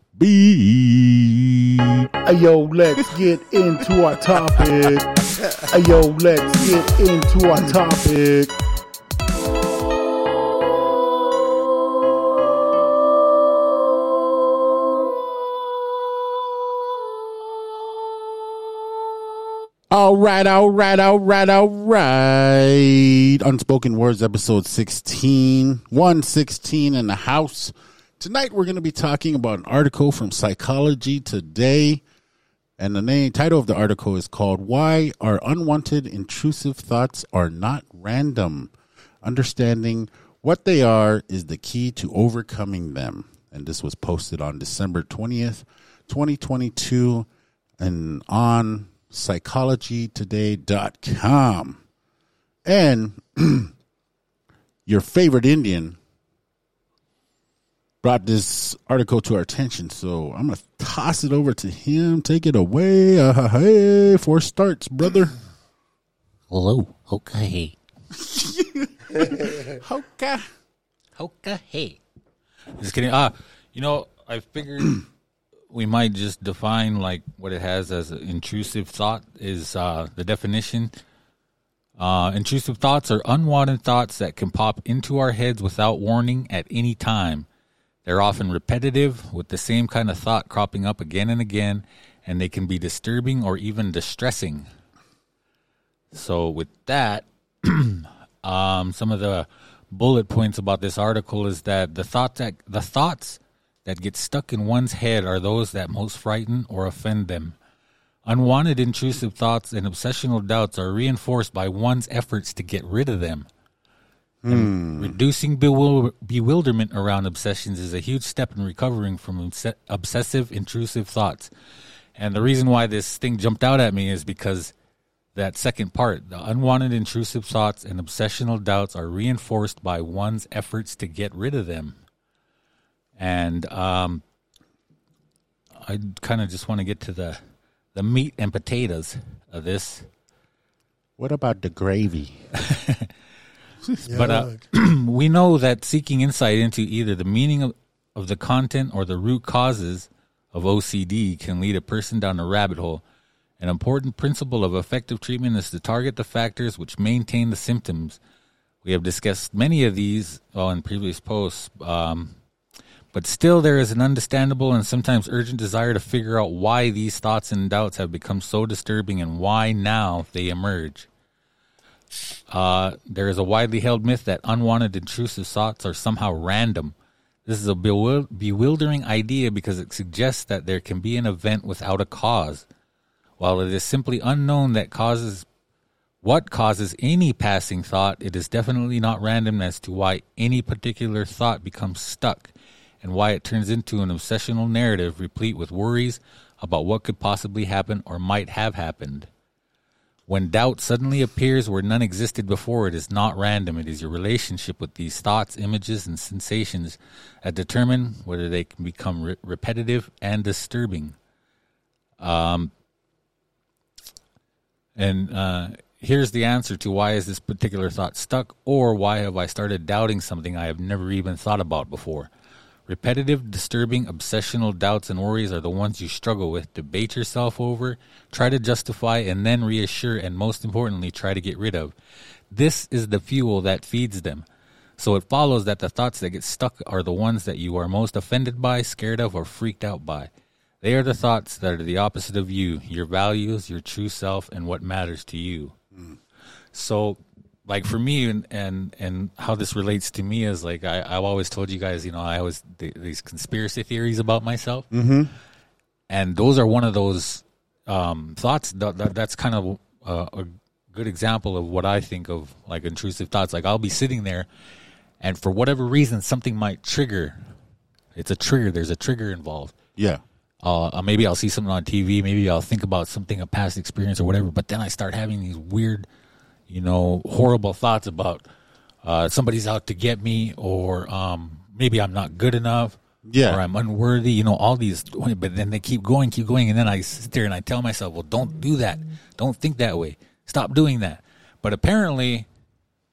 S4: beat.
S8: Yo, let's get into our topic. Yo, let's get into our topic.
S4: All right, all right, all right, all right. Unspoken Words, episode 16, 116 in the house. Tonight, we're going to be talking about an article from Psychology Today. And the name, title of the article is called Why Our Unwanted Intrusive Thoughts Are Not Random. Understanding what they are is the key to overcoming them. And this was posted on December 20th, 2022, and on psychologytoday.com. And your favorite Indian brought this article to our attention, so I'm going to toss it over to him. Take it away. Uh, hey, four starts, brother.
S9: Hello. Okay.
S4: Okay.
S9: Okay.
S6: Just kidding. Ah, you know, I figured we might just define like what it has as an intrusive thought is uh, the definition. Uh, intrusive thoughts are unwanted thoughts that can pop into our heads without warning at any time. They're often repetitive, with the same kind of thought cropping up again and again, and they can be disturbing or even distressing. So, with that, um, some of the bullet points about this article is that the thought that the thoughts that get stuck in one's head are those that most frighten or offend them. Unwanted intrusive thoughts and obsessional doubts are reinforced by one's efforts to get rid of them. And Reducing bewil- bewilderment around obsessions is a huge step in recovering from obse- obsessive intrusive thoughts. And the reason why this thing jumped out at me is because that second part, the unwanted intrusive thoughts and obsessional doubts are reinforced by one's efforts to get rid of them. And um, I kind of just want to get to the the meat and potatoes of this.
S4: What about the gravy?
S6: But uh, we know that seeking insight into either the meaning of, of the content or the root causes of OCD can lead a person down a rabbit hole. An important principle of effective treatment is to target the factors which maintain the symptoms. We have discussed many of these well, in previous posts, um, but still there is an understandable and sometimes urgent desire to figure out why these thoughts and doubts have become so disturbing and why now they emerge. Uh, there is a widely held myth that unwanted intrusive thoughts are somehow random. This is a bewil- bewildering idea because it suggests that there can be an event without a cause. While it is simply unknown that causes what causes any passing thought, it is definitely not random as to why any particular thought becomes stuck and why it turns into an obsessional narrative replete with worries about what could possibly happen or might have happened. When doubt suddenly appears where none existed before, it is not random. It is your relationship with these thoughts, images, and sensations that determine whether they can become re- repetitive and disturbing. Um, and uh, here's the answer to why is this particular thought stuck, or why have I started doubting something I have never even thought about before? Repetitive, disturbing, obsessional doubts and worries are the ones you struggle with, debate yourself over, try to justify, and then reassure, and most importantly, try to get rid of. This is the fuel that feeds them. So it follows that the thoughts that get stuck are the ones that you are most offended by, scared of, or freaked out by. They are the thoughts that are the opposite of you, your values, your true self, and what matters to you. So, like for me, and and and how this relates to me is like I, I've always told you guys, you know, I always th- these conspiracy theories about myself,
S4: Mm-hmm.
S6: and those are one of those um, thoughts that, that that's kind of uh, a, a good example of what I think of like intrusive thoughts. Like I'll be sitting there, and for whatever reason, something might trigger. It's a trigger. There's a trigger involved
S4: Yeah.
S6: uh, uh, maybe I'll see something on TV, maybe I'll think about something, a past experience or whatever, but then I start having these weird, you know, horrible thoughts about uh, somebody's out to get me or um, maybe I'm not good enough
S4: Yeah.
S6: or I'm unworthy, you know, all these, but then they keep going, keep going. And then I sit there and I tell myself, well, don't do that. Don't think that way. Stop doing that. But apparently,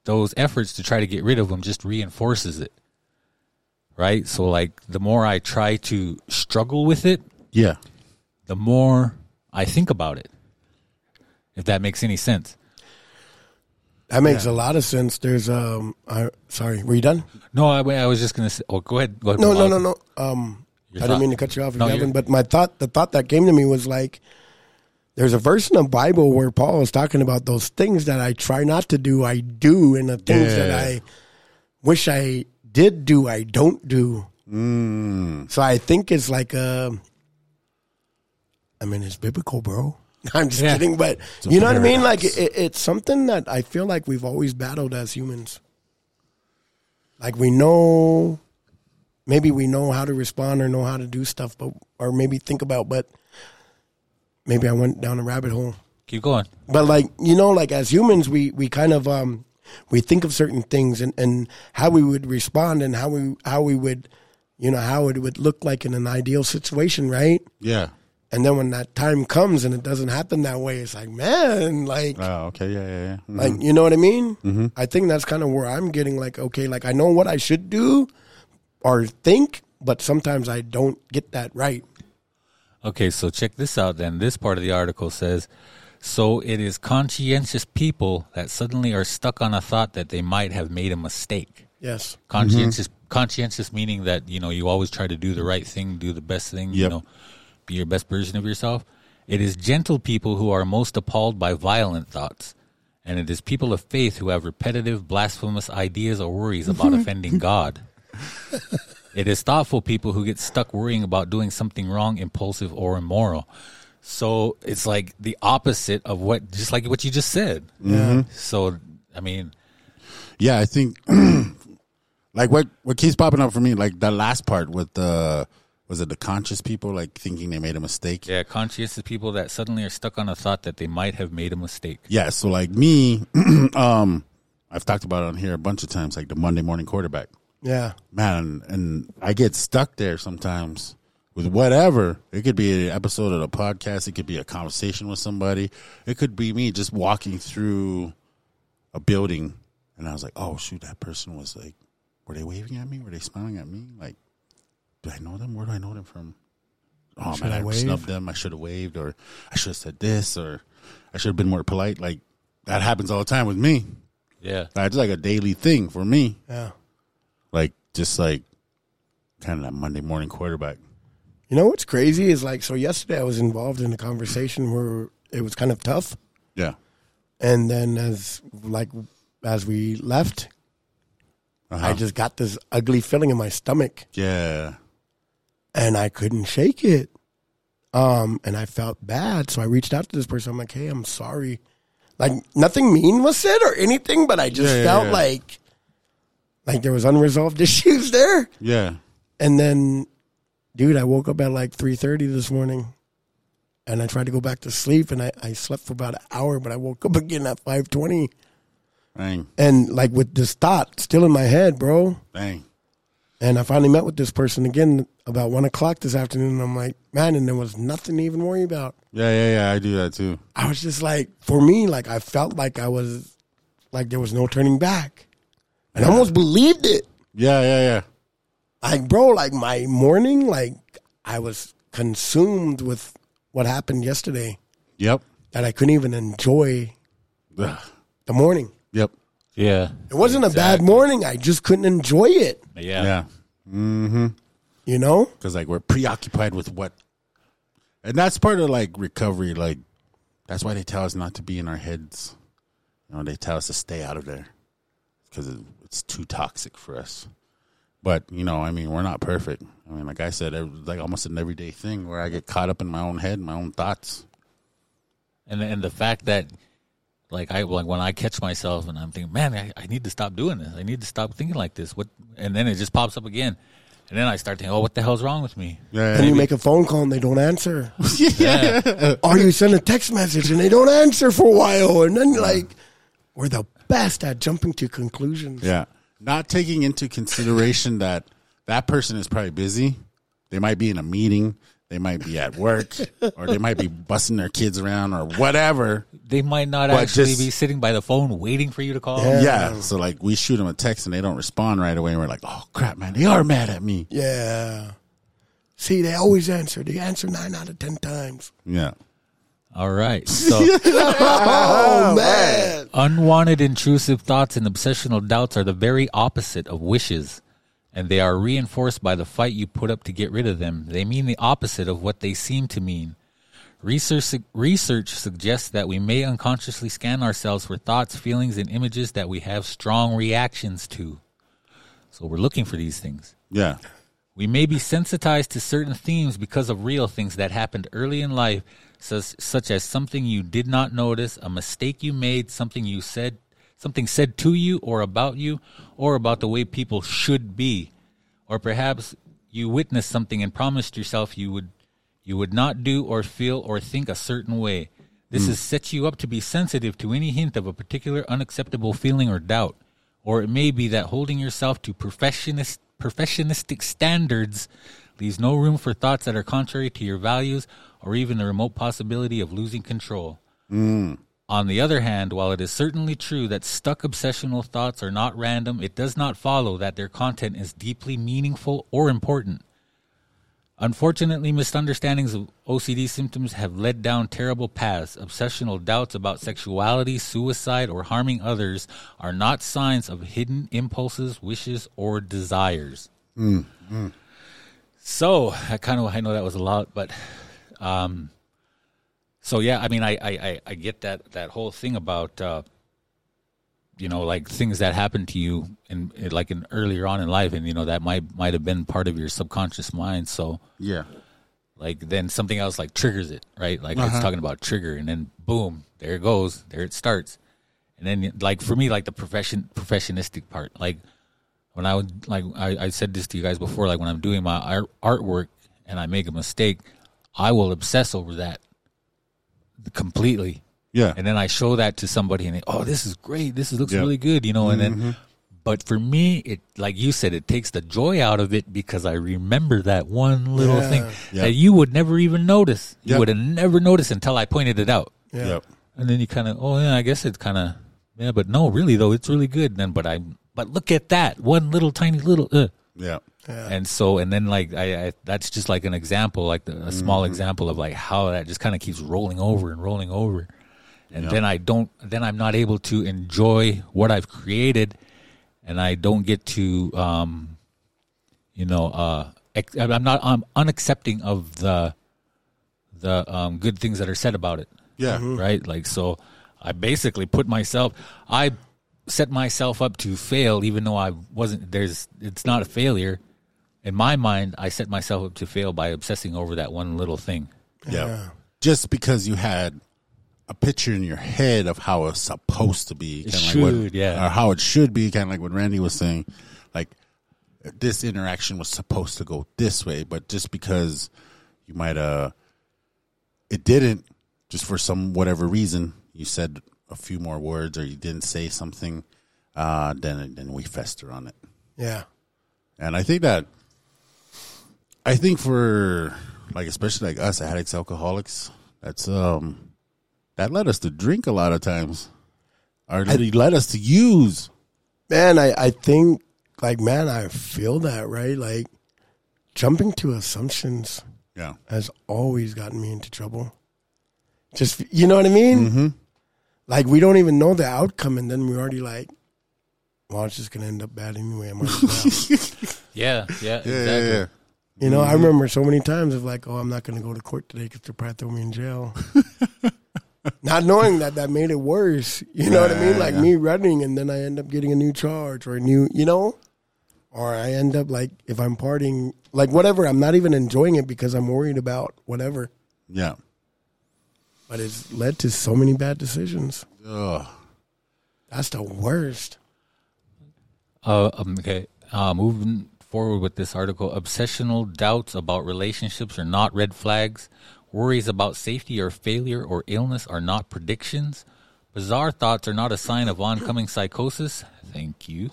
S6: those efforts to try to get rid of them just reinforces it. Right? So, like, the more I try to struggle with it,
S4: Yeah.
S6: the more I think about it. If that makes any sense.
S5: That makes a lot of sense. There's um, I, sorry, were you done?
S6: No, I, I was just gonna say. Oh, go ahead. Go ahead
S5: No, no,
S6: Bilal.
S5: no, no. Um,
S6: Your
S5: I didn't
S6: thought.
S5: mean to cut you off,
S6: No,
S5: Gavin.
S6: you're-
S5: But my thought, the thought that came to me was like, There's a verse in the Bible where Paul is talking about those things that I try not to do, I do, and the things that
S4: Yeah.
S5: I wish I did do, I don't do. Mm. So I think it's like a. I mean, it's biblical, bro. I'm just
S6: Yeah.
S5: kidding, but
S4: a
S5: you know what I mean. Like
S4: paradox.
S5: it, it's something that I feel like we've always battled as humans. Like we know, maybe we know how to respond or know how to do stuff, but or maybe think about, but maybe I went down a rabbit hole.
S6: Keep going.
S5: But like you know, like as humans, we we kind of um we think of certain things and and how we would respond and how we how we would you know how it would look like in an ideal situation, right?
S4: Yeah.
S5: And then when that time comes and it doesn't happen that way, it's like man, like.
S4: Oh, okay. Yeah, yeah, yeah. Mhm.
S5: Like you know what I mean? I think that's kind of where I'm getting like okay, like I know what I should do or think, but sometimes I don't get that right.
S6: Okay, so check this out then. This part of the article says So it is conscientious people that suddenly are stuck on a thought that they might have made a mistake.
S5: Yes.
S6: Conscientious conscientious meaning that, you know, you always try to do the right thing, do the best thing, you
S4: Yep.
S6: know, be your best version of yourself. It is gentle people who are most appalled by violent thoughts. And it is people of faith who have repetitive, blasphemous ideas or worries about offending God. It is thoughtful people who get stuck worrying about doing something wrong, impulsive, or immoral. So it's like the opposite of what, just like what you just said. So, I mean,
S4: Yeah, I think like what what keeps popping up for me, like the last part with the was it the conscious people like thinking they made a mistake?
S6: yeah, conscientious people that suddenly are stuck on a thought that they might have made a mistake.
S4: Yeah, so like me, um, I've talked about it on here a bunch of times, like the Monday morning quarterback.
S5: Yeah.
S4: Man, and I get stuck there sometimes with whatever. It could be an episode of the podcast, it could be a conversation with somebody, it could be me just walking through a building and I was like, Oh shoot, that person was like were they waving at me? Were they smiling at me? Like, do I know them? Where do I know them from? Oh
S5: Should
S4: man,
S5: I
S4: I,
S5: wave?
S4: snubbed them. I should have waved, or I should have said this, or I should have been more polite. Like that happens all the time with me.
S6: Yeah.
S4: It's like a daily thing for me.
S5: Yeah.
S4: Like just like kind of that Monday morning quarterback.
S5: You know what's crazy is like so yesterday I was involved in a conversation where it was kind of tough
S4: Yeah.
S5: and then as like as we left
S4: Uh-huh.
S5: I just got this ugly feeling in my stomach
S4: Yeah.
S5: and I couldn't shake it. Um, and I felt bad, so I reached out to this person. I'm like, "Hey, I'm sorry." Like nothing mean was said or anything, but I just
S4: Yeah, yeah,
S5: felt
S4: yeah.
S5: like like there was unresolved issues there.
S4: Yeah.
S5: And then, dude, I woke up at like three thirty this morning, and I tried to go back to sleep, and I, I slept for about an hour, but I woke up again at five twenty,
S4: Dang.
S5: and like with this thought still in my head, bro.
S4: Dang.
S5: And I finally met with this person again about one o'clock this afternoon. And I'm like, man, and there was nothing to even worry about.
S4: Yeah, yeah, yeah. I do that too.
S5: I was just like, for me, like I felt like I was, like there was no turning back. And I almost believed it.
S4: Yeah, yeah, yeah.
S5: Like, bro, like my morning, like I was consumed with what happened yesterday
S4: Yep.
S5: that I couldn't even enjoy
S4: Ugh.
S5: the morning.
S4: Yep.
S6: Yeah.
S5: It wasn't a bad morning. I just couldn't enjoy it,
S6: Yeah.
S4: Yeah.
S5: you know?
S4: because like we're preoccupied with what and that's part of like recovery like that's why they tell us not to be in our heads you know they tell us to stay out of there because it's too toxic for us but you know i mean we're not perfect i mean like i said it was, like almost an everyday thing where i get caught up in my own head my own thoughts
S6: And and the fact that like I like when I catch myself and I'm thinking, man, I, I need to stop doing this. I need to stop thinking like this. What? And then it just pops up again, and then I start thinking, oh, what the hell's wrong with me?
S4: yeah
S5: And you make a phone call and they don't answer.
S6: Yeah.
S5: or you send a text message and they don't answer for a while, and then like we're the best at jumping to conclusions.
S4: yeah not taking into consideration that that person is probably busy they might be in a meeting they might be at work or they might be busting their kids around or whatever
S6: they might not
S4: But
S6: actually
S4: just-
S6: be sitting by the phone waiting for you to call.
S4: Yeah. So like we shoot them a text and they don't respond right away. And we're like, oh crap, man, they are mad at me.
S5: Yeah. See, they always answer. They answer nine out of ten times.
S4: Yeah.
S6: All right. So
S5: Oh man!
S6: unwanted intrusive thoughts and obsessional doubts are the very opposite of wishes. And they are reinforced by the fight you put up to get rid of them. They mean the opposite of what they seem to mean. Research, research suggests that we may unconsciously scan ourselves for thoughts, feelings, and images that we have strong reactions to. So we're looking for these things.
S4: Yeah.
S6: We may be sensitized to certain themes because of real things that happened early in life, such, such as something you did not notice, a mistake you made, something you said, something said to you or about you, or about the way people should be, or perhaps you witnessed something and promised yourself you would you would not do or feel or think a certain way. This has set you up to be sensitive to any hint of a particular unacceptable feeling or doubt. Or it may be that holding yourself to perfectionist, perfectionistic standards leaves no room for thoughts that are contrary to your values or even the remote possibility of losing control. On the other hand, while it is certainly true that stuck obsessional thoughts are not random, it does not follow that their content is deeply meaningful or important. Unfortunately, misunderstandings of OCD symptoms have led down terrible paths. Obsessional doubts about sexuality, suicide, or harming others are not signs of hidden impulses, wishes, or desires. So I kind of I know that was a lot, but um, so yeah, I mean I I, I, I get that that whole thing about uh, you know like things that happened to you in, in- like in earlier on in life, and you know that might might have been part of your subconscious mind. So
S4: Yeah.
S6: like then something else like triggers it, right? Like
S4: Uh-huh.
S6: it's talking about trigger, and then boom, there it goes, there it starts, and then like for me, like the profession professionistic part, like when I would like I, I said this to you guys before, like when I'm doing my art, artwork and I make a mistake, I will obsess over that completely,
S4: Yeah.
S6: and then I show that to somebody, and they, oh, this is great, this is, looks
S4: Yeah. Mm-hmm.
S6: really good, you know, and then. But for me, it like you said, it takes the joy out of it because I remember that one little
S5: Yeah.
S6: thing
S4: Yeah.
S6: that you would never even notice. You
S4: Yeah.
S6: would have never noticed until I pointed it out,
S5: Yeah.
S4: Yep.
S6: and then you kind of, oh yeah, I guess it's kind of yeah, but no, really though, it's really good. And then, but I, but look at that one little tiny little. Uh.
S4: Yeah.
S6: And so, and then like I, I, that's just like an example, like the, a small example of like how that just kind of keeps rolling over and rolling over, and then I don't, then I'm not able to enjoy what I've created, and I don't get to, um, you know, uh, ex- I'm not, I'm unaccepting of the, the um, good things that are said about it
S4: Yeah.
S6: right? Like so, I basically put myself, I set myself up to fail, even though I wasn't. There's, it's not a failure. In my mind, I set myself up to fail by obsessing over that one little thing.
S4: Yeah. Just because you had a picture in your head of how it's supposed to be, kinda
S6: should,
S4: what,
S6: yeah.
S4: or how it should be, kind of like what Randy was saying, like this interaction was supposed to go this way, but just because you might uh it didn't, just for some whatever reason, you said a few more words or you didn't say something, uh, then then we fester on it.
S5: Yeah.
S4: And I think that I think for like especially like us addicts, alcoholics, that's um that led us to drink a lot of times. Or it led us to use.
S5: Man, I, I think, like, man, I feel that, right? Like, jumping to assumptions
S4: Yeah.
S5: has always gotten me into trouble. Just, you know what I mean? Mm-hmm. Like, we don't even know the outcome, and then we're already like, well, it's just going to end up bad anyway. I might as well.
S6: Yeah, yeah,
S4: Yeah, yeah, yeah.
S5: You know, I remember so many times of like, oh, I'm not going to go to court today because they're probably throw me in jail. not knowing that that made it worse. You know what I mean? Like me running and then I end up getting a new charge or a new, you know? Or I end up like, if I'm partying, like whatever, I'm not even enjoying it because I'm worried about whatever.
S4: Yeah.
S5: But it's led to so many bad decisions.
S4: Ugh.
S5: That's the worst.
S6: Uh, um, okay. Uh, moving forward with this article, obsessional doubts about relationships are not red flags. Worries about safety or failure or illness are not predictions. Bizarre thoughts are not a sign of oncoming psychosis. Thank you.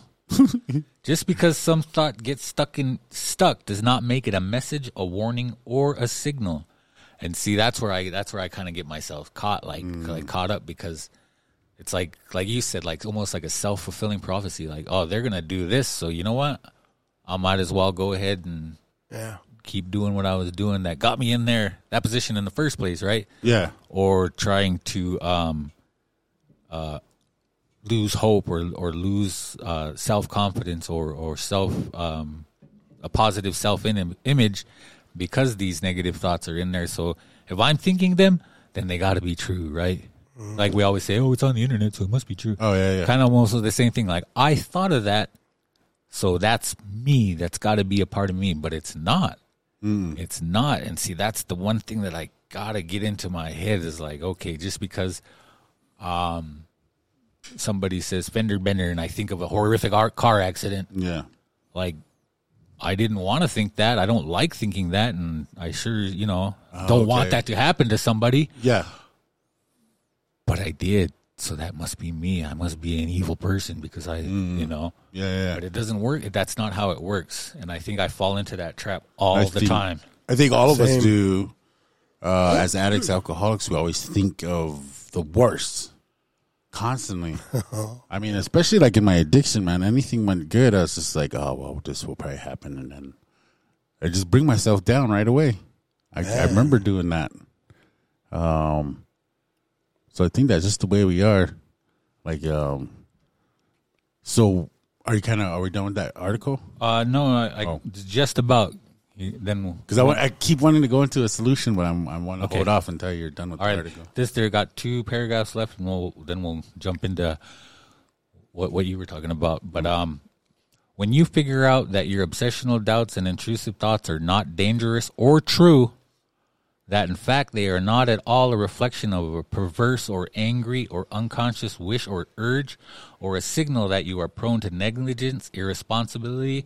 S6: Just because some thought gets stuck in stuck does not make it a message, a warning, or a signal. And see, that's where I that's where I kind of get myself caught, like like caught up because it's like like you said like almost like a self-fulfilling prophecy like oh they're gonna do this so you know what i might as well go ahead and
S5: Yeah.
S6: keep doing what i was doing that got me in there that position in the first place right
S4: Yeah.
S6: or trying to um uh lose hope or or lose uh self-confidence or or self um a positive self in image because these negative thoughts are in there so If I'm thinking them, then they got to be true, right? Like we always say, oh, it's on the internet, so it must be true.
S4: Oh, yeah, yeah.
S6: Kind of almost the same thing. Like I thought of that, so that's me. That's got to be a part of me, but it's not.
S4: Mm.
S6: It's not. And see, that's the one thing that I gotta get into my head is like, okay, just because um, somebody says fender bender, and I think of a horrific ar- car accident,
S4: Yeah.
S6: like I didn't want to think that. I don't like thinking that, and I sure you know don't want
S4: Ah, okay.
S6: that to happen to somebody.
S4: Yeah.
S6: But I did, so that must be me. I must be an evil person because I,
S4: Mm.
S6: you know.
S4: Yeah. yeah,
S6: But
S4: yeah.
S6: it doesn't work. That's not how it works, and I think I fall into that trap all
S4: I
S6: the
S4: think-
S6: time.
S4: I think all of
S5: Same.
S4: us do. Uh, as addicts, alcoholics, we always think of the worst constantly. I mean, especially like in my addiction, man. Anything went good, I was just like, oh well, this will probably happen, and then I just bring myself down right away. I, I remember doing that. Um, so I think that's just the way we are. Like, um, so are you kind of are we done with that article?
S6: Uh, no, I, I
S4: Oh.
S6: just about. You- Then we'll-
S4: Because I, wa- I keep wanting to go into a solution, but I'm, I want to
S6: Okay.
S4: hold off until you're done with
S6: all
S4: the
S6: right.
S4: article.
S6: This there got two paragraphs left, and we'll then we'll jump into what what you were talking about. But um, when you figure out that your obsessional doubts and intrusive thoughts are not dangerous or true, that in fact they are not at all a reflection of a perverse or angry or unconscious wish or urge or a signal that you are prone to negligence, irresponsibility,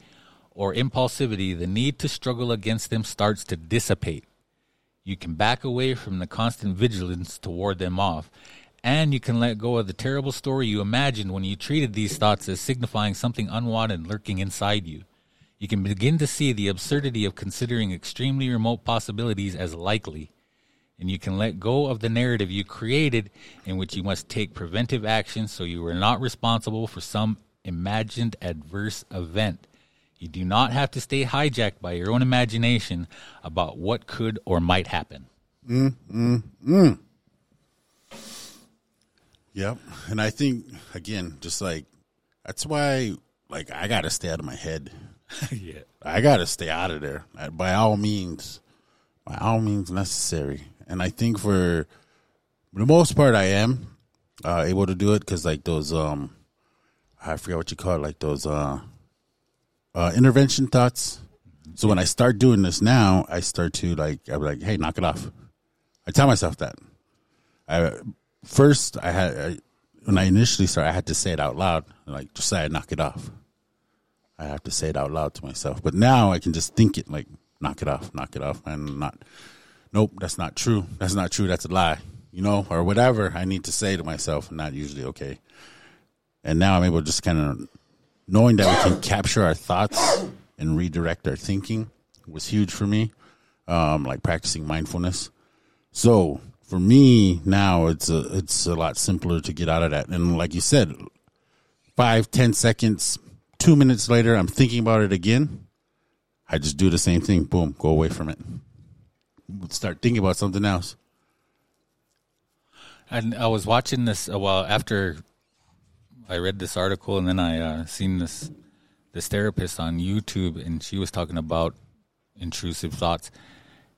S6: or impulsivity, the need to struggle against them starts to dissipate. You can back away from the constant vigilance to ward them off, and you can let go of the terrible story you imagined when you treated these thoughts as signifying something unwanted lurking inside you. You can begin to see the absurdity of considering extremely remote possibilities as likely, and you can let go of the narrative you created in which you must take preventive action so you are not responsible for some imagined adverse event. You do not have to stay hijacked by your own imagination about what could or might happen.
S4: Yep. And I think, again, just like, that's why, like, I got to stay out of my head.
S6: yeah.
S4: I got to stay out of there uh, by all means, by all means necessary. And I think for the most part, I am uh, able to do it because, like, those, um, I forget what you call it, like those uh, uh, intervention thoughts. So when I start doing this now, I start to, like, I'm like, hey, knock it off. I tell myself that. I first I had I, when I initially started, I had to say it out loud, like Josiah, knock it off. I have to say it out loud to myself, but now I can just think it, like knock it off, knock it off, and not. Nope, that's not true. That's not true. That's a lie. You know, or whatever I need to say to myself, and not usually okay. And now I'm able to just kind of knowing that we can capture our thoughts and redirect our thinking was huge for me. Um, like practicing mindfulness. So for me now, it's a it's a lot simpler to get out of that. And like you said, five ten seconds, two minutes later, I'm thinking about it again. I just do the same thing. Boom, go away from it. Start thinking about something else.
S6: And I was watching this a while after I read this article, and then I uh, seen this this therapist on YouTube, and she was talking about intrusive thoughts,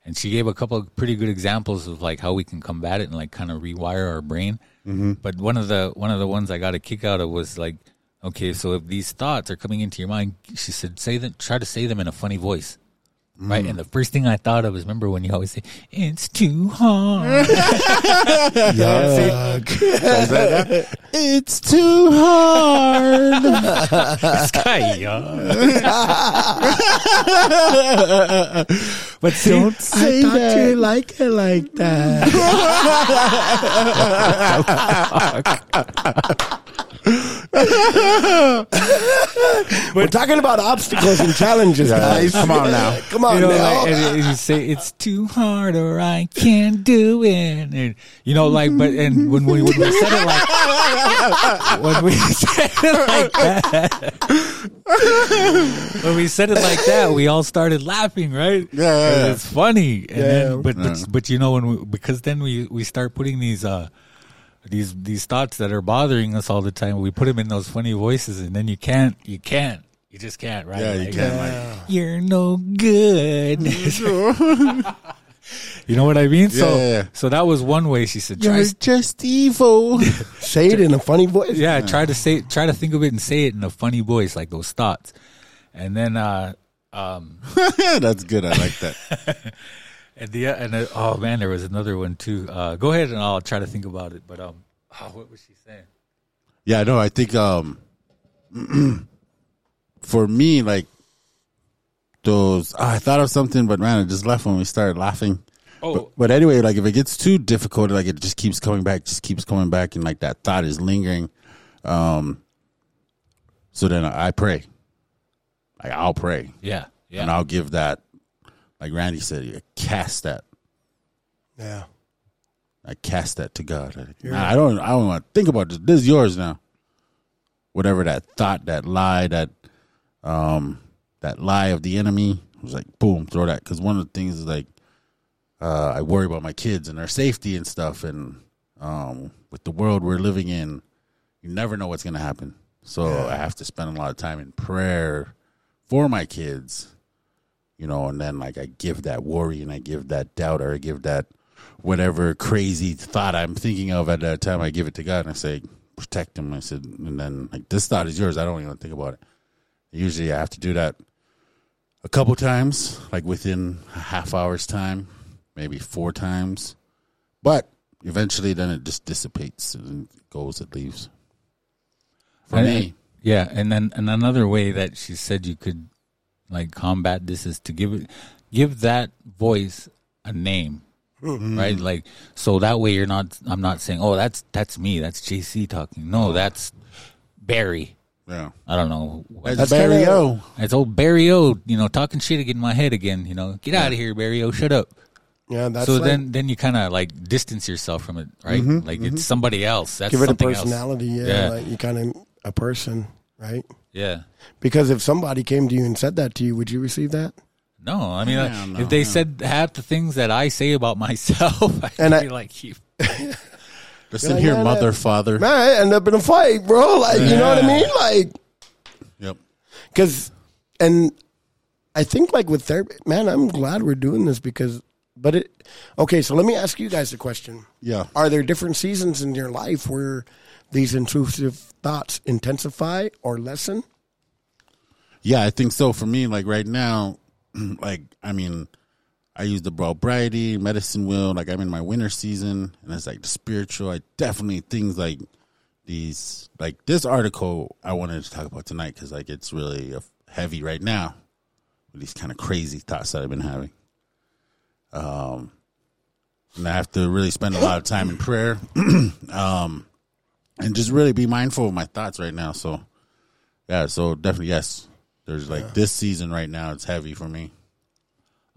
S6: and she gave a couple of pretty good examples of like how we can combat it and like kind of rewire our brain. Mm-hmm. But one of the one of the ones I got a kick out of was like, okay, so if these thoughts are coming into your mind, she said, say them, try to say them in a funny voice. Right, and the first thing I thought of is remember when you always say it's too hard.
S4: It's too hard.
S6: but see,
S5: I thought you like it like that. We're talking about obstacles and challenges, guys. Come on now. Come on
S6: you know,
S5: now.
S6: like, and, and you say it's too hard or I can't do it. And, you know, like, but and when we when we said it like when we said it like that, when we said it like that, we all started laughing, right?
S4: Yeah, yeah,
S6: 'Cause
S4: yeah.
S6: it's funny. And then, but,
S4: Yeah.
S6: but but you know, when we, because then we we start putting these. uh these these thoughts that are bothering us all the time, we put them in those funny voices, and then you can't, you can't, you just can't, right?
S4: Yeah, you
S6: Like,
S4: can't. Like,
S6: you're no good. You know what I mean?
S4: Yeah.
S6: So so that was one way she said try
S4: just evil.
S5: Say it in a funny voice.
S6: yeah, try to say try to think of it and say it in a funny voice like those thoughts. And then uh
S4: That's good. I like that.
S6: and the and uh, oh man, there was another one too. Uh go ahead and I'll try to think about it, but um oh, what was she saying?
S4: Yeah, no, I think um for me like those ah, I thought of something but man, it just left when we started laughing.
S6: Oh.
S4: But, but anyway, like if it gets too difficult, like it just keeps coming back, just keeps coming back and like that thought is lingering. Um so then I pray. Like I'll pray.
S6: Yeah. Yeah.
S4: And I'll give that like Randy said, you cast that.
S5: Yeah.
S4: I cast that to God. I- Nah, I don't. I don't want to think about this. This is yours now. Whatever that thought, that lie, that um, that lie of the enemy I was like, boom, throw that. Because one of the things is like, uh, I worry about my kids and their safety and stuff, and um, with the world we're living in, you never know what's gonna happen. So I have to spend a lot of time in prayer for my kids you know, and then like I give that worry and I give that doubt or I give that whatever crazy thought I'm thinking of at that time, I give it to God and I say, protect him. I said, and then like this thought is yours. I don't even think about it. Usually I have to do that a couple times, like within a half hour's time, maybe four times. But eventually then it just dissipates and it goes, it leaves. For
S6: And-
S4: me.
S6: Yeah, and then and another way that she said you could like combat this is to give it give that voice a name.
S5: Mm-hmm.
S6: Right? Like so that way you're not I'm not saying, "Oh, that's that's me. That's JC talking."
S5: Uh-huh.
S6: No, that's Barry.
S4: Yeah.
S6: I don't know. what-
S4: That's, Barry
S5: kinda-
S4: O.
S6: That's old Barry O, you know, talking shit again in my head again, you know. Get out of here, Barry O. Shut up.
S5: Yeah. That's
S6: so
S5: like, Mm-hmm,
S6: then then you kind of like distance yourself from it, right? like it's somebody else. That's
S5: give it a
S6: something else.
S5: personality. Yeah.
S6: Yeah.
S5: Like you kind of a person, right?
S6: Yeah.
S5: Because if somebody came to you and said that to you, would you receive that?
S6: No, I mean, like,
S4: Yeah, no,
S6: if they said half the things that I say about myself, I'd
S5: And
S6: be
S5: I-
S6: like, you,
S4: Just in here,
S5: yeah,
S4: mother,
S5: that-
S4: father.
S5: Man, I end up in a fight, bro. Like, you know what I mean? Like,
S4: Yep.
S5: because and i think like with therapy man i'm glad we're doing this because but it okay so let me ask you guys a question
S4: Yeah.
S5: are there different seasons in your life where these intrusive thoughts intensify or lessen
S4: Yeah, I think so. For me, like right now, like I mean, I use the Brighty medicine wheel. Like I'm in my winter season, and it's like the spiritual. I definitely things like these, like this article I wanted to talk about tonight because like it's really uh, heavy right now with these kind of crazy thoughts that I've been having. Um, and I have to really spend a lot of time in prayer, um, and just really be mindful of my thoughts right now. So. Yeah, so definitely yes. There's like this season right now. It's heavy for me.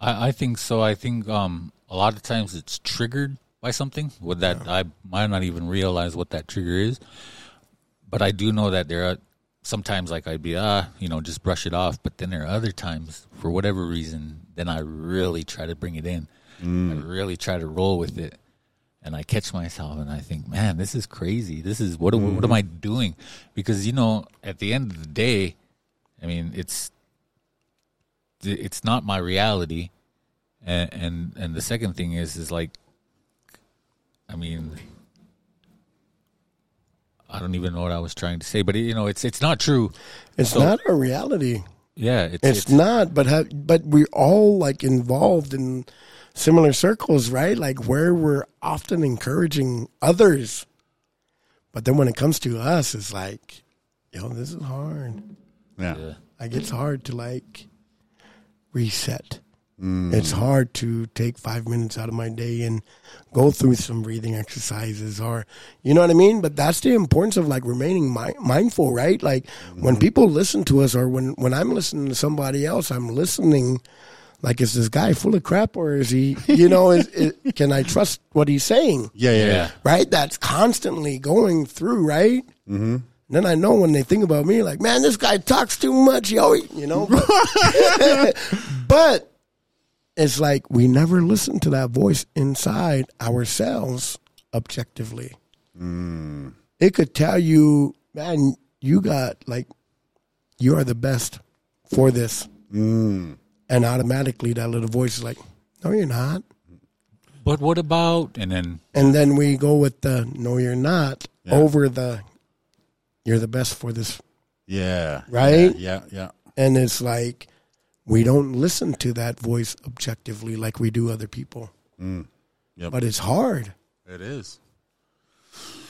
S6: I, I think so. I think um, a lot of times it's triggered by something. With that, I might not even realize what that trigger is, but I do know that there are sometimes like I'd be ah, you know, just brush it off. But then there are other times, for whatever reason, then I really try to bring it in. I really try to roll with it, and I catch myself and I think, man, this is crazy. This is what am- what am I doing? Because you know, at the end of the day, I mean, it's it's not my reality and and and the second thing is is like i mean i don't even know what i was trying to say but you know it's it's not true
S5: it's not a reality
S6: yeah it's,
S5: it's,
S6: it's,
S5: not but have, but we're all like involved in similar circles right like where we're often encouraging others but then when it comes to us it's like yo this is hard
S4: Yeah.
S5: Like it's hard to like reset. It's hard to take five minutes out of my day and go through some breathing exercises or, you know what I mean? But that's the importance of like remaining mi- mindful, right? Like when people listen to us or when, when I'm listening to somebody else, I'm listening like, is this guy full of crap or is he, you know, is, is, can I trust what he's saying?
S4: Yeah, yeah, yeah.
S6: yeah
S5: right? That's constantly going through, right? Mm-hmm. Then I know when they think about me, like, man, this guy talks too much, yo, you know. But, but it's like we never listen to that voice inside ourselves objectively. It could tell you, man, you got like, you are the best for this, and automatically that little voice is like, no, you're not.
S6: But what about? And then
S5: And then we go with the no, you're not
S6: Yeah.
S5: over the you're the best for this.
S4: Yeah.
S5: Right?
S4: Yeah. Yeah.
S5: And it's like we don't listen to that voice objectively like we do other people.
S4: Mm. Yep.
S5: But it's hard
S4: yeah. It is.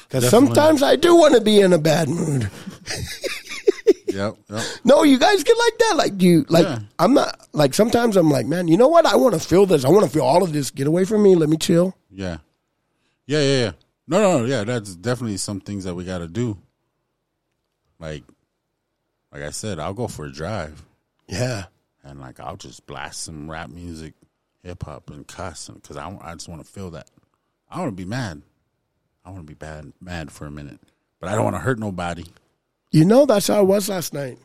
S5: because sometimes I do want to be in a bad mood.
S4: Yep. Yep.
S5: No, you guys get like that. Like you, like
S4: Yeah.
S5: I'm not. Like sometimes I'm like, man, you know what? I want to feel this. I want to feel all of this. Get away from me. Let me chill.
S4: Yeah. Yeah, yeah, yeah. No, no, yeah, that's definitely some things that we got to do. Like like I said, I'll go for a drive
S5: Yeah,
S4: and like I'll just blast some rap music, hip hop and cuss cuz I I just want to feel that. I want to be mad. I want to be bad mad for a minute, but I don't want to hurt nobody.
S5: you know that's how I was last night.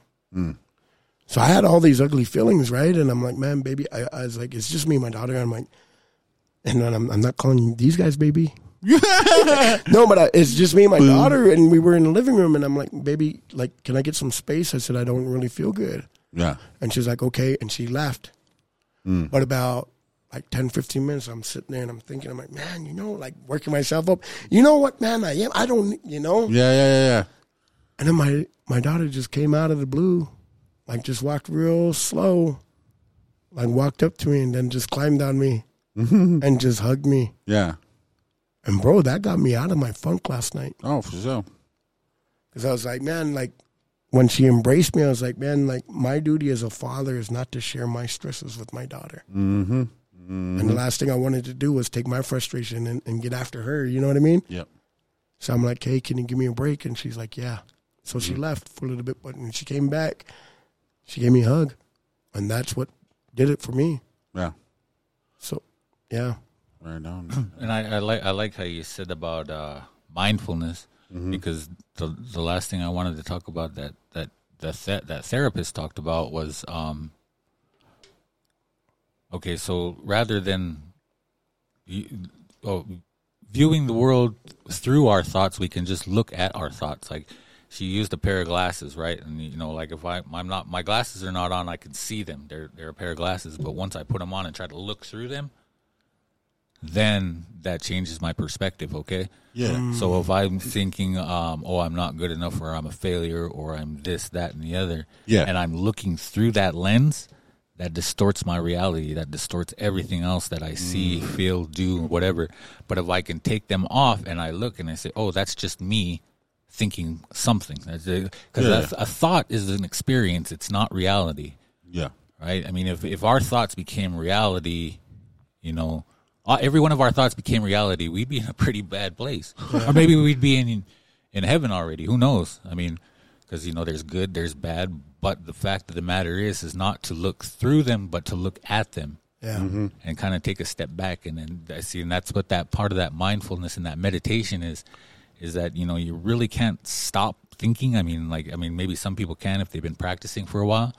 S5: So I had all these ugly feelings, right? And I'm like, man, baby. I, I was like, it's just me and my daughter. I'm like, and then I'm, I'm not calling you these guys, baby. no, but I, it's just me and my daughter, and we were in the living room, and I'm like, baby, like, can I get some space? I said, I don't really feel good.
S4: Yeah.
S5: And she's like, okay. And she left. But about like 10, 15 minutes, I'm sitting there and I'm thinking, I'm like, man, you know, like working myself up. You know what, man, I am. I don't, you know?
S4: Yeah, yeah, yeah, yeah.
S5: And then my, my daughter just came out of the blue, like just walked real slow, like walked up to me and then just climbed on me and just hugged me.
S4: Yeah.
S5: And bro, that got me out of my funk last night.
S4: Oh, for sure.
S5: Cause I was like, man, like when she embraced me, I was like, man, like my duty as a father is not to share my stresses with my daughter. Mm-hmm. And the last thing I wanted to do was take my frustration and, and get after her. You know what I mean?
S4: Yep.
S5: So I'm like, hey, can you give me a break? And she's like, yeah. So she left for a little bit, but when she came back, she gave me a hug. And that's what did it for me.
S4: Yeah.
S5: So, yeah.
S4: Right on.
S6: and I, I like I like how you said about uh, mindfulness because the the last thing I wanted to talk about that that that that, that therapist talked about was um, okay. So rather than you, oh, viewing the world through our thoughts, we can just look at our thoughts. Like she used a pair of glasses, right? And you know, like if I I'm not my glasses are not on, I can see them. They're they're a pair of glasses, but once I put them on and try to look through them, then that changes my perspective. Okay.
S4: Yeah.
S6: So if I'm thinking, um, oh, I'm not good enough, or I'm a failure, or I'm this, that, and the other,
S4: Yeah.
S6: and I'm looking through that lens, that distorts my reality. That distorts everything else that I see, feel, do, whatever. But if I can take them off and I look and I say, oh, that's just me thinking something, because
S4: Yeah.
S6: a thought is an experience. It's not reality
S4: Yeah.
S6: right? I mean, if if our thoughts became reality, you know, uh, every one of our thoughts became reality, we'd be in a pretty bad place, or maybe we'd be in in heaven already. Who knows? I mean, because you know, there's good, there's bad, but the fact of the matter is, is not to look through them, but to look at them
S5: Yeah.
S6: and kind of take a step back and then I see and that's what that part of that mindfulness and that meditation is is that you know you really can't stop thinking i mean like i mean maybe some people can if they've been practicing for a while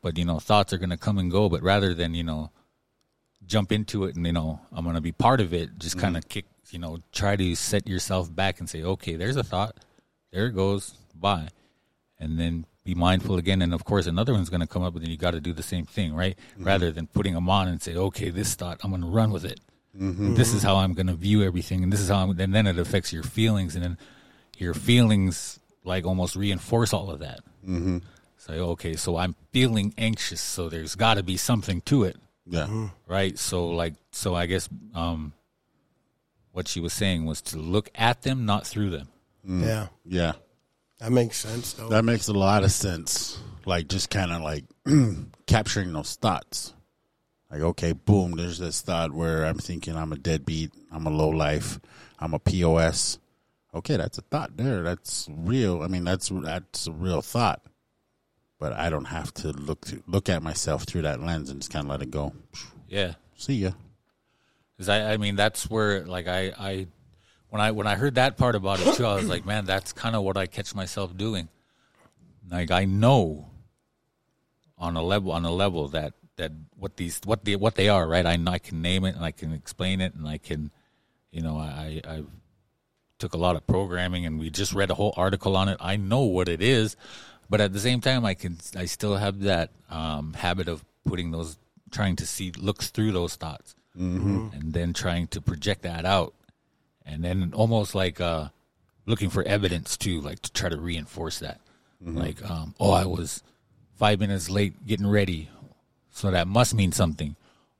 S6: but you know thoughts are going to come and go but rather than you know jump into it and you know i'm going to be part of it just kind of kick you know try to set yourself back and say okay there's a thought there it goes bye and then be mindful again. And of course, another one's going to come up, and then you got to do the same thing, right? Rather than putting them on and say, okay, this thought, I'm going to run with it. This is how I'm going to view everything, and this is how. I'm, and then it affects your feelings, and then your feelings like almost reinforce all of that. Mm-hmm. So okay, so I'm feeling anxious, so there's got to be something to it
S4: Yeah.
S6: right so like so i guess um what she was saying was to look at them not through them
S5: Yeah.
S4: Yeah.
S5: That makes sense, though.
S4: That makes a lot of sense. Like just kind of like capturing those thoughts. Like okay, boom. There's this thought where I'm thinking I'm a deadbeat. I'm a low life. I'm a pos. Okay, that's a thought there. That's real. I mean, that's that's a real thought. But I don't have to look through, look at myself through that lens and just kind of let it go.
S6: yeah
S4: See ya.
S6: Cause I, I mean, that's where like I, I, when I when I heard that part about it too, I was like, man, that's kind of what I catch myself doing. Like I know on a level on a level that that what these what the what they are, right? I, kn- I can name it and I can explain it and I can, you know, I I I've took a lot of programming and we just read a whole article on it. I know what it is, but at the same time, I can I still have that um, habit of putting those trying to see look through those thoughts and then trying to project that out, and then almost like uh, looking for evidence too, like to try to reinforce that. Like, um, oh, I was five minutes late getting ready, so that must mean something.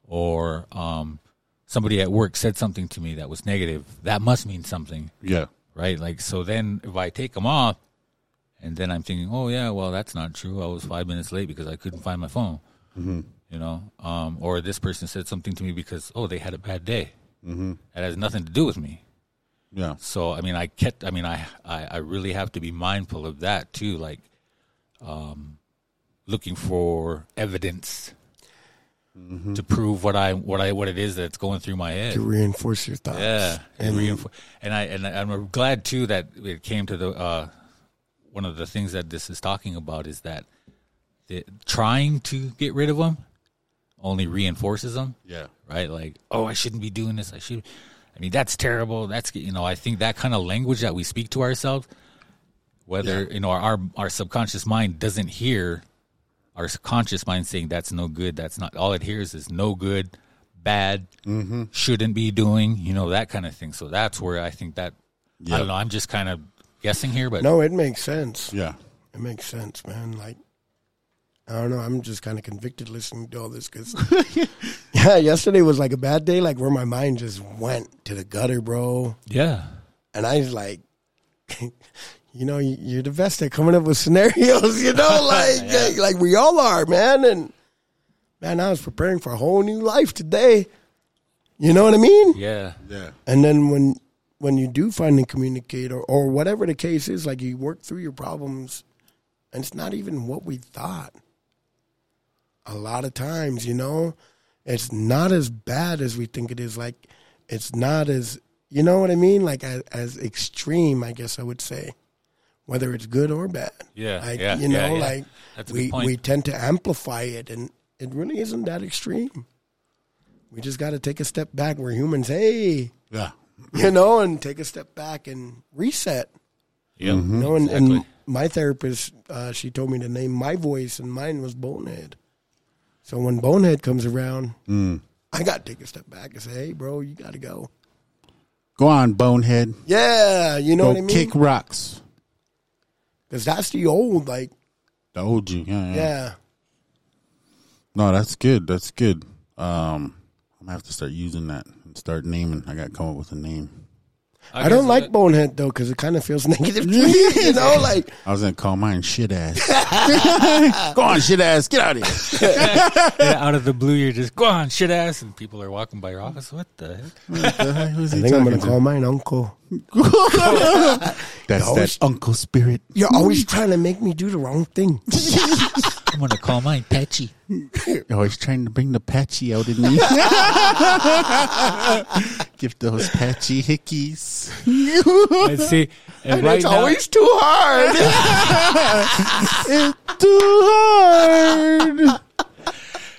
S6: Or um, somebody at work said something to me that was negative. That must mean something
S4: Yeah.
S6: right? Like so then if I take them off and then I'm thinking, "Oh yeah, well that's not true. I was 5 minutes late because I couldn't find my phone." You know, um, or this person said something to me because oh they had a bad day. Mm-hmm. That has nothing to do with me.
S4: Yeah.
S6: So I mean, I kept. I mean, I, I I really have to be mindful of that too. Like, um, looking for evidence to prove what I what I what it is that's going through my head.
S5: to reinforce your thoughts.
S6: Yeah,
S5: and
S6: and reinfor- and I and I- I'm glad too that it came to the uh, one of the things that this is talking about is that the, trying to get rid of them only reinforces them.
S4: Yeah.
S6: Right, like oh, I shouldn't be doing this. I should. I mean, that's terrible. That's you know, I think that kind of language that we speak to ourselves, whether you know our, our our subconscious mind doesn't hear our conscious mind saying that's no good. That's not all it hears is no good, bad,
S5: Mm-hmm.
S6: shouldn't be doing. You know that kind of thing. So that's where I think that I don't know. I'm just kind of guessing here, but
S5: no, it makes sense.
S4: Yeah.
S5: It makes sense, man. Like, I don't know. I'm just kind of convicted listening to all this because, yeah, yesterday was like a bad day, like where my mind just went to the gutter, bro.
S6: yeah,
S5: And I was like, you know, you- you're the best at coming up with scenarios, you know, like, like, like we all are, man. And man, I was preparing for a whole new life today. You know what I mean?
S6: yeah,
S4: Yeah.
S5: And then when when you do finally communicate or, or whatever the case is, like you work through your problems and it's not even what we thought. A lot of times, you know, it's not as bad as we think it is. Like it's not as you know what I mean? Like as, as extreme, I guess I would say. Whether it's good or bad.
S6: Yeah,
S5: Like
S6: yeah,
S5: you know,
S6: yeah, yeah.
S5: like
S6: That's a good
S5: we
S6: point.
S5: we tend to amplify it and it really isn't that extreme. We just gotta take a step back. We're humans. Hey,
S4: Yeah.
S5: you know, and take a step back and reset.
S6: yeah.
S5: You know, and, and
S6: Exactly.
S5: my therapist, uh, she told me to name my voice, and mine was Bonehead. So when Bonehead comes around,
S4: Mm.
S5: I got to take a step back and say, "Hey, bro, you got to go."
S4: Go on, bonehead.
S5: Yeah, you know
S4: Go
S5: what I mean?
S4: kick rocks.
S5: Because that's the old, like,
S4: The OG. Yeah, yeah.
S5: yeah,
S4: No, that's good. That's good. Um, I'm gonna have to start using that and start naming. I gotta come up with a name.
S5: I, don't like Bonehead though because it kind of feels negative to me. You know, like
S4: I was gonna call mine shit ass. Go on, shit ass. Get out of here.
S6: Yeah, out of the blue, you're just go on, shit ass, and people are walking by your office. What the heck?
S4: What the heck was
S5: I
S4: he
S5: think I'm gonna
S4: talking to?
S5: call mine Uncle.
S4: That's that
S5: Ghost.
S4: uncle spirit.
S5: You're always trying to make me do the wrong thing.
S6: I'm gonna call mine Patchy.
S4: You're always trying to bring the patchy out in me. Give those patchy hickeys.
S6: And see, and right
S5: it's
S6: now,
S5: always too hard.
S4: It's too hard.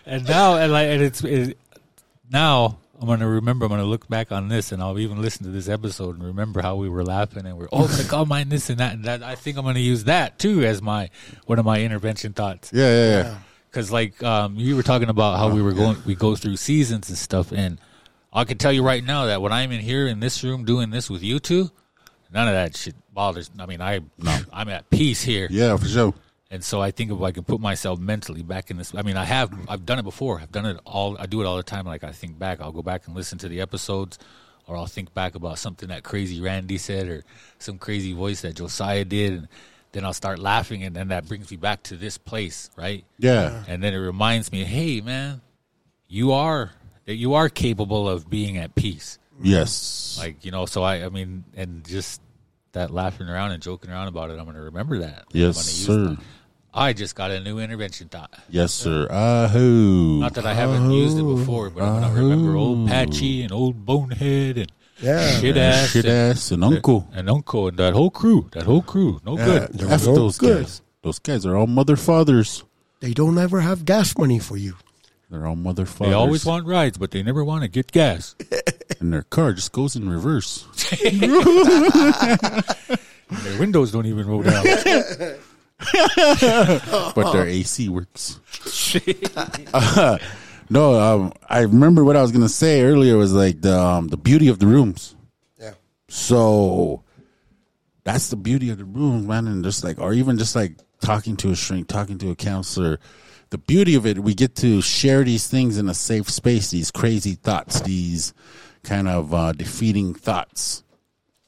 S6: and now, and like, and it's it, now. I'm gonna remember. I'm gonna look back on this, and I'll even listen to this episode and remember how we were laughing and we're oh, I'm gonna call mine this and that and that. I think I'm gonna use that too as my one of my intervention thoughts.
S4: Yeah, yeah, yeah.
S6: Because like um, you were talking about how we were going, we go through seasons and stuff, and I can tell you right now that when I'm in here in this room doing this with you two, none of that shit bothers. I mean, I I'm at peace here,
S4: Yeah, for sure.
S6: and so I think if I can put myself mentally back in this, I mean, I have I've done it before. I've done it all. I do it all the time. Like I think back, I'll go back and listen to the episodes, or I'll think back about something that crazy Randy said or some crazy voice that Josiah did, and then I'll start laughing, and then that brings me back to this place, right?
S4: Yeah.
S6: and then it reminds me, hey man, you are you are capable of being at peace.
S4: Yes.
S6: Like you know, so I I mean, and just that laughing around and joking around about it, I'm going to remember that. I'm
S4: yes,
S6: gonna
S4: sir.
S6: use that. I just got a new intervention thought.
S4: Yes, sir. Ahoo.
S6: Not that I haven't used it before, but I'm going
S4: Oh.
S6: to remember old Patchy and old Bonehead and
S5: Yeah,
S6: shit ass,
S4: Shit
S6: and,
S4: ass and uncle.
S6: and Uncle and that whole crew. That whole crew, no
S4: Yeah,
S6: good.
S4: F
S5: all
S4: those
S5: good.
S4: guys. Those guys are all mother fathers.
S5: they don't ever have gas money for you.
S4: They're all mother fathers.
S6: They always want rides, but they never want to get gas.
S4: And their car just goes in reverse.
S6: Their windows don't even roll down.
S4: but their AC works. No, um, I remember what I was gonna say earlier was like the um, the beauty of the rooms.
S5: Yeah.
S4: So that's the beauty of the rooms, man. And just like, or even just like talking to a shrink, talking to a counselor. The beauty of it, we get to share these things in a safe space. These crazy thoughts, these kind of uh, defeating thoughts.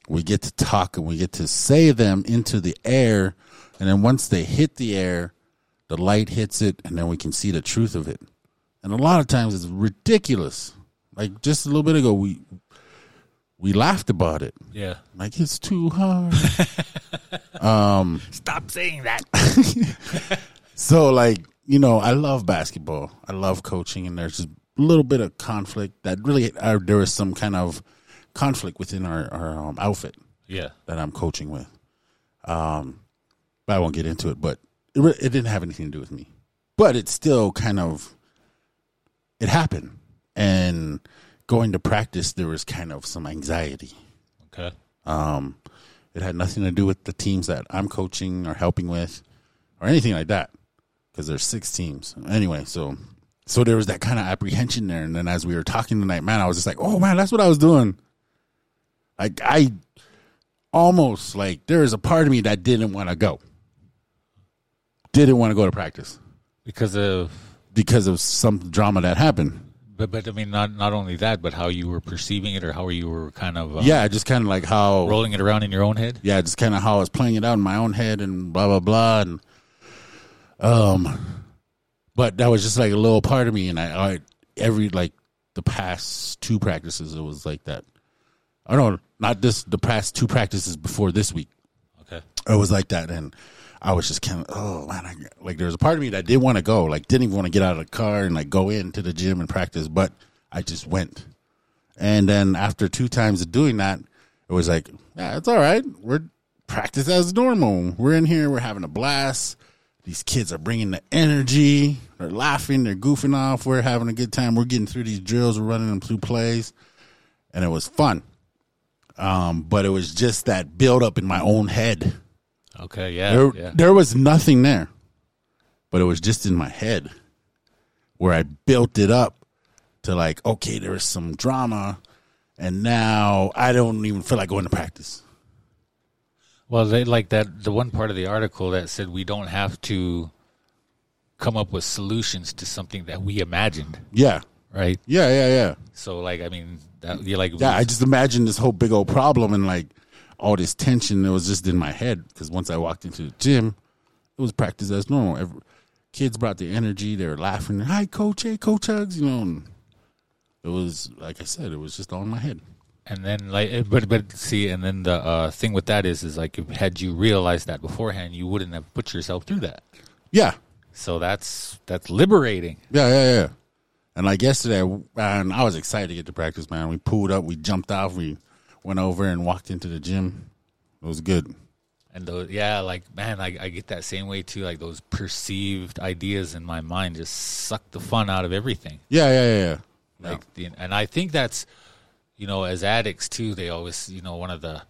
S4: We get to talk and we get to say them into the air, and then once they hit the air, the light hits it, and then we can see the truth of it and a lot of times it's ridiculous. Like just a little bit ago, we we laughed about it.
S6: Yeah.
S4: Like it's too hard.
S6: Stop saying that.
S4: so like you know, I love basketball. I love coaching, and there's just a little bit of conflict that really uh, there was some kind of conflict within our our um, outfit
S6: Yeah.
S4: that I'm coaching with. Um, but I won't get into it. But it re- it didn't have anything to do with me. But it still kind of it happened, and going to practice there was kind of some anxiety.
S6: Okay.
S4: Um, it had nothing to do with the teams that I'm coaching or helping with or anything like that because there's six teams. Anyway, so so there was that kind of apprehension there. And then as we were talking tonight, man, I was just like, oh man, that's what I was doing. Like I almost like there is a part of me that didn't want to go, didn't want to go to practice
S6: Because of
S4: because of some drama that happened.
S6: but but I mean not not only that, but how you were perceiving it or how you were kind of uh,
S4: Yeah, just kind of like how
S6: rolling it around in your own head.
S4: yeah, just kind of how I was playing it out in my own head and blah blah blah and um, but that was just like a little part of me, and I, I every like the past two practices it was like that. I don't not this the past two practices before this week
S6: Okay.
S4: it was like that, and I was just kind of oh man, I, like there was a part of me that didn't want to go, like didn't even want to get out of the car and like go into the gym and practice, but I just went. And then after two times of doing that, it was like yeah, it's all right. We're practice as normal. We're in here. We're having a blast. These kids are bringing the energy. They're laughing. They're goofing off. We're having a good time. We're getting through these drills. We're running them through plays, and it was fun. Um, but it was just that build up in my own head.
S6: Okay. Yeah.
S4: There,
S6: yeah.
S4: there was nothing there, but it was just in my head where I built it up to like, okay, there was some drama, and now I don't even feel like going to practice.
S6: Well, they like that the one part of the article that said we don't have to come up with solutions to something that we imagined,
S4: Yeah,
S6: right?
S4: yeah, yeah, yeah.
S6: So like I mean, that, you like
S4: Yeah, I just imagined this whole big old problem and like all this tension that was just in my head because once I walked into the gym, it was practice as normal. Every, kids brought their energy, they were laughing. Hi, coach, hey, coach hugs, you know. And it was like I said, it was just all in my head.
S6: and then like eh, but but see and then the uh, thing with that is is like if- had you realized that beforehand, you wouldn't have put yourself through that.
S4: Yeah,
S6: So that's that's liberating.
S4: Yeah, yeah, yeah. And like yesterday, and I was excited to get to practice, man. We pulled up, we jumped off, we went over and walked into the gym. It was good.
S6: And those, yeah, like man, I, I get that same way too. Like those perceived ideas in my mind just suck the fun out of everything.
S4: Yeah, yeah, yeah, yeah.
S6: Like, the, and I think that's, you know, as addicts too, they always, you know, one of the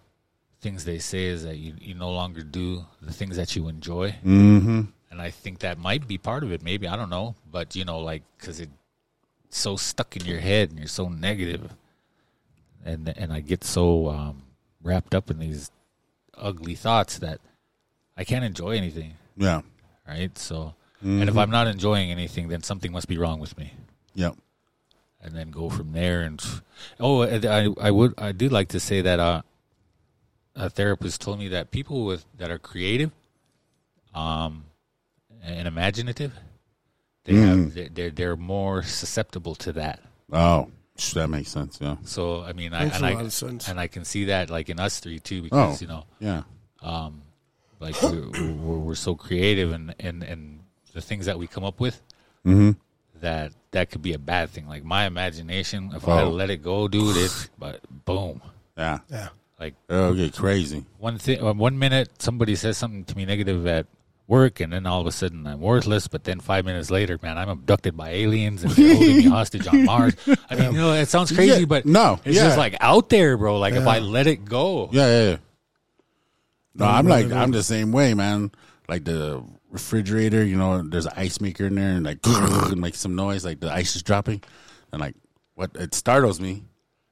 S6: things they say is that you you no longer do the things that you enjoy. Mm-hmm. And I think that might be part of it. Maybe I don't know, but you know, like because it's so stuck in your head and you're so negative, and and I get so um, wrapped up in these ugly thoughts that I can't enjoy anything.
S4: Yeah.
S6: Right. So, and if I'm not enjoying anything, then something must be wrong with me
S4: Yeah.
S6: and then go from there. And oh, and I I would I do like to say that uh, a therapist told me that people with that are creative, um, and imaginative, they have they- they're they're more susceptible to that.
S4: Oh, psh, that makes sense. Yeah.
S6: So I mean, I
S5: Makes
S6: and
S5: a
S6: I
S5: lot of sense.
S6: and I can see that like in us three too
S4: Oh,
S6: because you know
S4: yeah.
S6: like we're, we're, we're so creative and, and, and the things that we come up with
S4: Mm-hmm.
S6: that that could be a bad thing like my imagination if i
S4: Oh.
S6: let it go dude it but boom
S4: Yeah.
S5: Yeah.
S6: like
S4: It'll get crazy.
S6: one thing uh, one minute somebody says something to me negative at work and then all of a sudden i'm worthless but then five minutes later man i'm abducted by aliens and they're holding me hostage on mars i mean you know it sounds crazy
S4: Yeah,
S6: but
S4: no,
S6: it's
S4: yeah.
S6: just like out there bro like if i let it go
S4: Yeah, yeah, yeah. No, I'm like I'm the same way, man. Like the refrigerator, you know, there's an ice maker in there and like and make some noise, like the ice is dropping. And like what it startles me.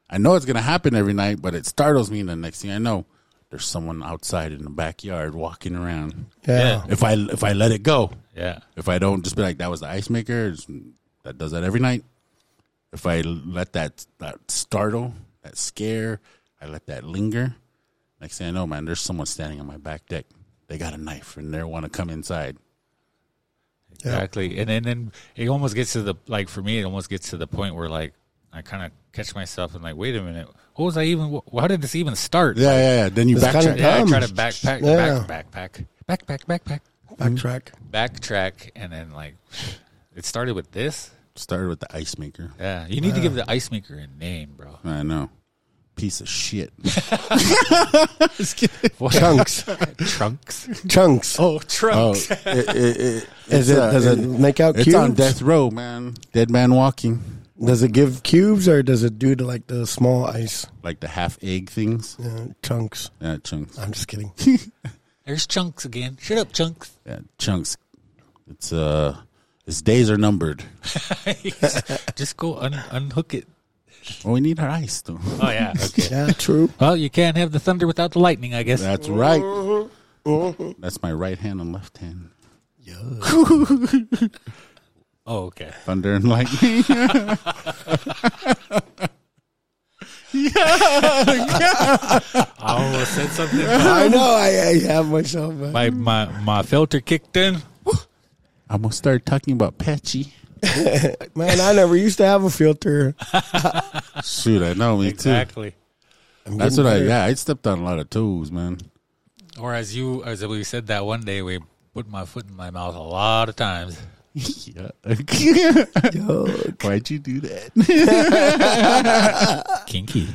S4: I know it's gonna happen every night, but it startles me and the next thing I know, there's someone outside in the backyard walking around.
S5: Yeah.
S4: If I if I let it go.
S6: Yeah.
S4: If I don't just be like that was the ice maker, it's- that does that every night. If I let that that startle, that scare, I let that linger. Next thing I know, man, there's someone standing on my back deck. They got a knife and they want to come inside.
S6: Exactly. And then, then it almost gets to the like for me, it almost gets to the point where like I kind of catch myself and like, wait a minute, what was I even? wh- How did this even start?
S4: Yeah, yeah, yeah. Then you
S5: It's
S4: backtrack.
S5: kinda
S6: Yeah, I try to
S5: Um,
S6: backpack,
S5: yeah.
S6: back, backpack, backpack, backpack,
S5: Backtrack.
S6: backtrack, and then like it started with this.
S4: Started with the ice maker.
S6: Yeah, you need to give the ice maker a name, bro.
S4: I know. Piece of shit.
S5: Chunks.
S6: Trunks.
S5: Chunks.
S6: Oh,
S4: Oh,
S6: trunks.
S4: it, it, it,
S5: Is
S4: it's,
S5: it,
S4: uh,
S5: does it, make out
S4: It's
S5: cubes?
S4: on death row, man. Dead man walking,
S5: Does it give cubes or does it do to like the small ice
S4: like the half egg things.
S5: uh, chunks?
S4: Yeah, chunks.
S5: I'm just kidding.
S6: There's chunks again. Shut up, chunks.
S4: Yeah, chunks. It's uh, his days are numbered.
S6: Just go un- unhook it.
S4: Well, we need our ice though.
S6: Oh yeah. Okay.
S5: Yeah, true.
S6: Well, you can't have the thunder without the lightning, I guess.
S4: That's right. That's my right hand and left hand.
S6: Oh, okay.
S4: Thunder and lightning.
S6: I almost said something.
S5: I know. I, I have myself. uh,
S6: my my my filter kicked in.
S4: I'm gonna start talking about Patchy.
S5: Man, I never used to have a filter.
S4: Shoot, I know me
S5: I'm
S4: too. That's
S5: getting
S4: what I.
S5: better.
S4: Yeah, I stepped on a lot of toes, man.
S6: Or as you as we said that one day, we put my foot in my mouth a lot of times.
S4: Yeah. Why'd you do that?
S6: Kinky.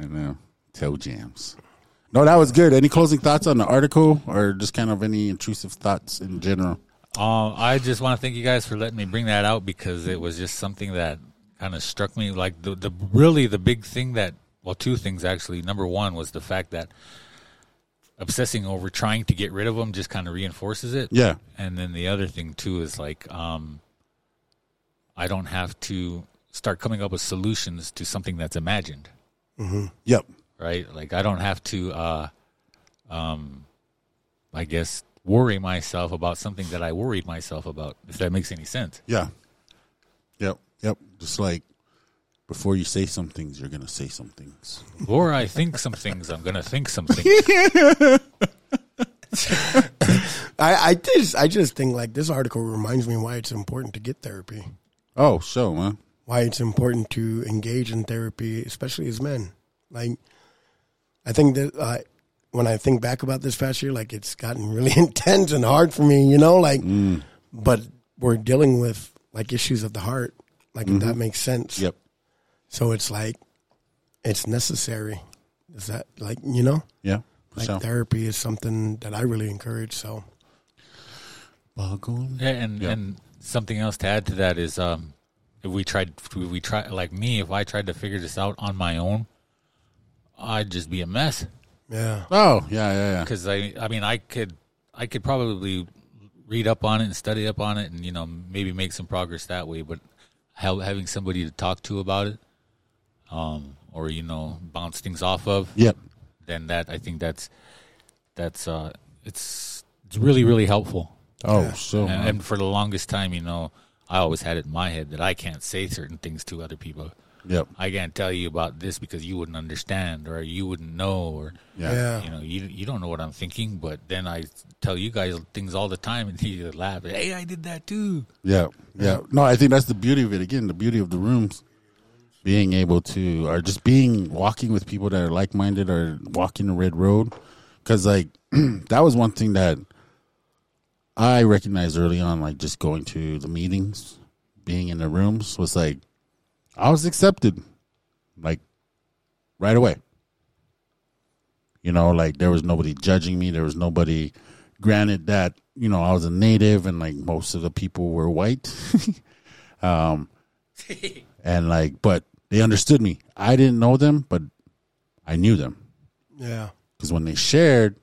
S4: I know. Toe jams. No, that was good. Any closing thoughts on the article or just kind of any intrusive thoughts in general?
S6: Um, I just want to thank you guys for letting me bring that out because it was just something that kind of struck me. Like the the really the big thing that well, two things actually. Number one was the fact that obsessing over trying to get rid of them just kind of reinforces it.
S4: Yeah.
S6: And then the other thing too is like um I don't have to start coming up with solutions to something that's imagined,
S4: Yep.
S6: right? Like I don't have to uh um I guess worry myself about something that I worried myself about if that makes any sense.
S4: Yeah. Yep. Yep. Just like before you say some things, you're going to say some things.
S6: Or I think some things I'm going to think something.
S5: I, I just, I just think like this article reminds me why it's important to get therapy,
S4: Oh, so, man.
S5: why it's important to engage in therapy, especially as men. Like, I think that uh, when I think back about this past year, like it's gotten really intense and hard for me, you know. Like,
S4: Mm.
S5: but we're dealing with like issues of the heart, like if that makes sense.
S4: Mm-hmm. Yep.
S5: So it's like, it's necessary. Is that like you know?
S4: Yeah.
S5: Like
S4: so.
S5: therapy is something that I really encourage. So
S4: Boggle.
S6: Yeah, and and something else to add to that is um, if we tried, if we try like me, if I tried to figure this out on my own, I'd just be a mess.
S5: yeah,
S4: Oh, yeah, yeah, yeah.
S6: Because I, I mean, I could, I could probably read up on it and study up on it, and you know, maybe make some progress that way. But ha- having somebody to talk to about it, um, or you know, bounce things off of,
S4: Yep.
S6: then that I think that's that's uh, it's it's really really helpful.
S4: Oh, so,
S6: And,
S4: man.
S6: and for the longest time, you know, I always had it in my head that I can't say certain things to other people.
S4: Yep.
S6: I can't tell you about this because you wouldn't understand or you wouldn't know or
S4: Yeah.
S5: Yeah.
S6: you know you you don't know what I'm thinking. But then I tell you guys things all the time and you laugh. Hey, I did that too.
S4: Yeah, yeah. No, I think that's the beauty of it. Again, the beauty of the rooms, being able to, or just being walking with people that are like minded, or walking the red road, because like that was one thing that I recognized early on. Like just going to the meetings, being in the rooms was like I was accepted, like right away. You know, like there was nobody judging me. There was nobody. Granted that you know I was a native and like most of the people were white, um, and like but they understood me. I didn't know them, but I knew them
S5: yeah,
S4: because when they shared,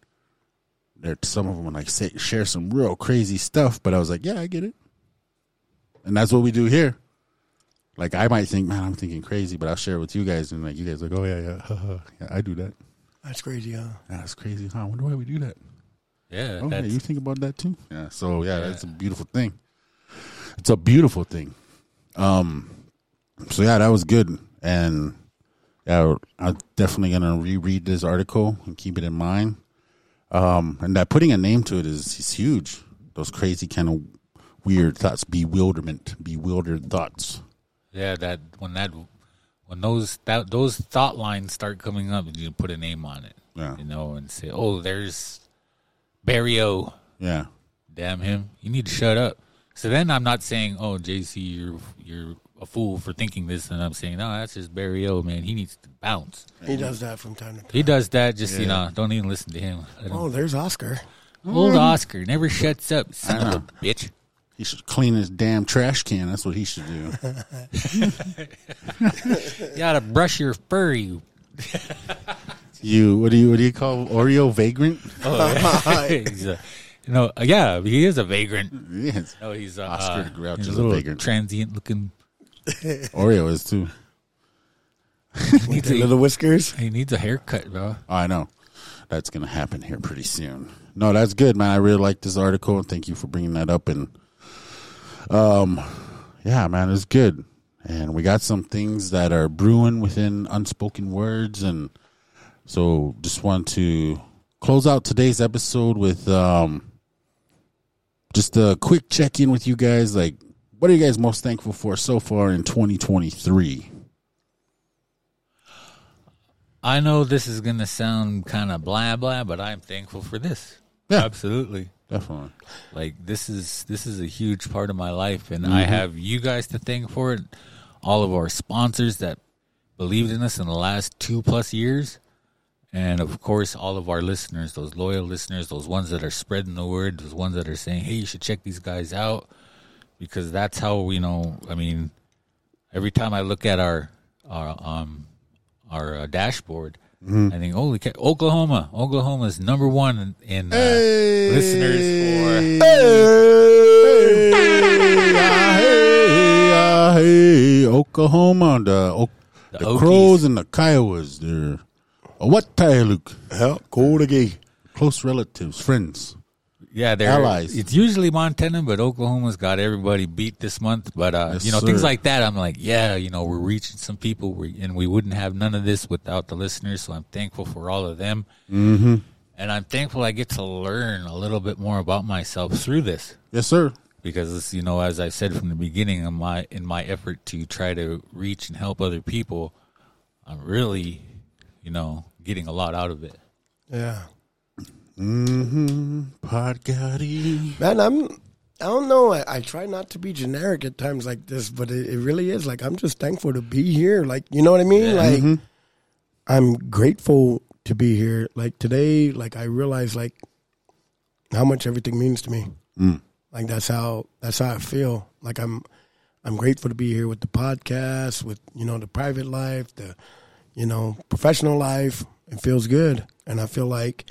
S4: there some of them like say, share some real crazy stuff, but I was like, yeah, I get it, and that's what we do here. Like I might think, man, I'm thinking crazy, but I'll share it with you guys, and like you guys, are like, oh yeah, yeah, haha, yeah, I do that. Ah,
S5: That's crazy, huh?
S4: That's crazy, huh? I wonder why we do that.
S6: Yeah,
S4: Oh yeah,
S6: that's-
S4: you think about that too? Yeah. So yeah,
S6: Yeah.
S4: that's a beautiful thing. It's a beautiful thing. Um. So yeah, that was good, and yeah, I'm definitely gonna reread this article and keep it in mind. Um, and that putting a name to it is is huge. Those crazy kind of weird thoughts, bewilderment, bewildered thoughts.
S6: yeah. That when that when those that those thought lines start coming up, you put a name on it.
S4: Yeah.
S6: You know, and say, "Oh, there's Barrio.
S4: Yeah.
S6: Damn him! You need to shut up." So then I'm not saying, "Oh, JC, you're you're a fool for thinking this," and I'm saying, "No, that's just Barrio, man. He needs to bounce."
S5: He does that from time to time.
S6: He does that. Just you know, don't even listen to him. Let him-
S5: Oh, there's Oscar.
S6: Old Oscar never shuts up. Son
S4: I
S6: of a
S4: know.
S6: bitch.
S4: He should clean his damn trash can. That's what he should do.
S6: You gotta brush your fur. You.
S4: you what do you what do you call Oreo vagrant?
S6: He's a- you know, uh, yeah, he is a vagrant.
S4: Yes.
S6: No, he's a,
S4: Oscar the
S6: uh,
S4: Grouch
S6: he's
S4: is
S6: a
S4: a
S6: little
S4: vagrant.
S6: transient looking.
S4: Oreo is too.
S6: He needs,
S5: The
S6: a,
S5: little whiskers.
S6: he needs a haircut, bro.
S4: Oh, I know. That's going to happen here pretty soon. No, that's good, man. I really like this article, and thank you for bringing that up. And, um, yeah, man, it's good. And we got some things that are brewing within unspoken words, and so just want to close out today's episode with um, just a quick check in with you guys. Like, what are you guys most thankful for so far in 2023?
S6: I know this is gonna sound kind of blah blah, but I'm thankful for this.
S4: Yeah.
S6: Absolutely.
S4: Definitely.
S6: Like this is this is a huge part of my life, and I have you guys to thank for it. All of our sponsors that believed in us in the last two plus years, and of course, all of our listeners, those loyal listeners, those ones that are spreading the word, those ones that are saying, "Hey, you should check these guys out," because that's how we know. I mean, every time I look at our our um our uh, dashboard. I think holy cow, Oklahoma! Oklahoma is number one in, in uh, listeners for
S4: Hey, uh, hey, Oklahoma, the, Oak the,
S6: Okies.
S4: Crows and the Kiowas. They're a what tie, Luke?
S5: Hell, cool again.
S4: Close relatives, friends.
S6: Yeah, they're
S4: Allies.
S6: It's usually Montana, but Oklahoma's got everybody beat this month. But uh,
S4: Yes,
S6: you know, things
S4: sir.
S6: like that. I'm like, yeah, you know, we're reaching some people, we, and we wouldn't have none of this without the listeners. So I'm thankful for all of them, mm-hmm. and I'm thankful I get to learn a little bit more about myself through this
S4: Yes, sir.
S6: because you know as i said from the beginning in my in my effort to try to reach and help other people i'm really you know getting a lot out of it
S5: Yeah.
S4: Mm-hmm. Podgotty.
S5: Man, I'm. I don't know. I, I try not to be generic at times like this, but it, it really is like I'm just thankful to be here. Like you know what I mean? Like I'm grateful to be here. Like today, like I realize like how much everything means to me. Like that's how that's how I feel. Like I'm I'm grateful to be here with the podcast, with you know the private life, the you know professional life. It feels good, and I feel like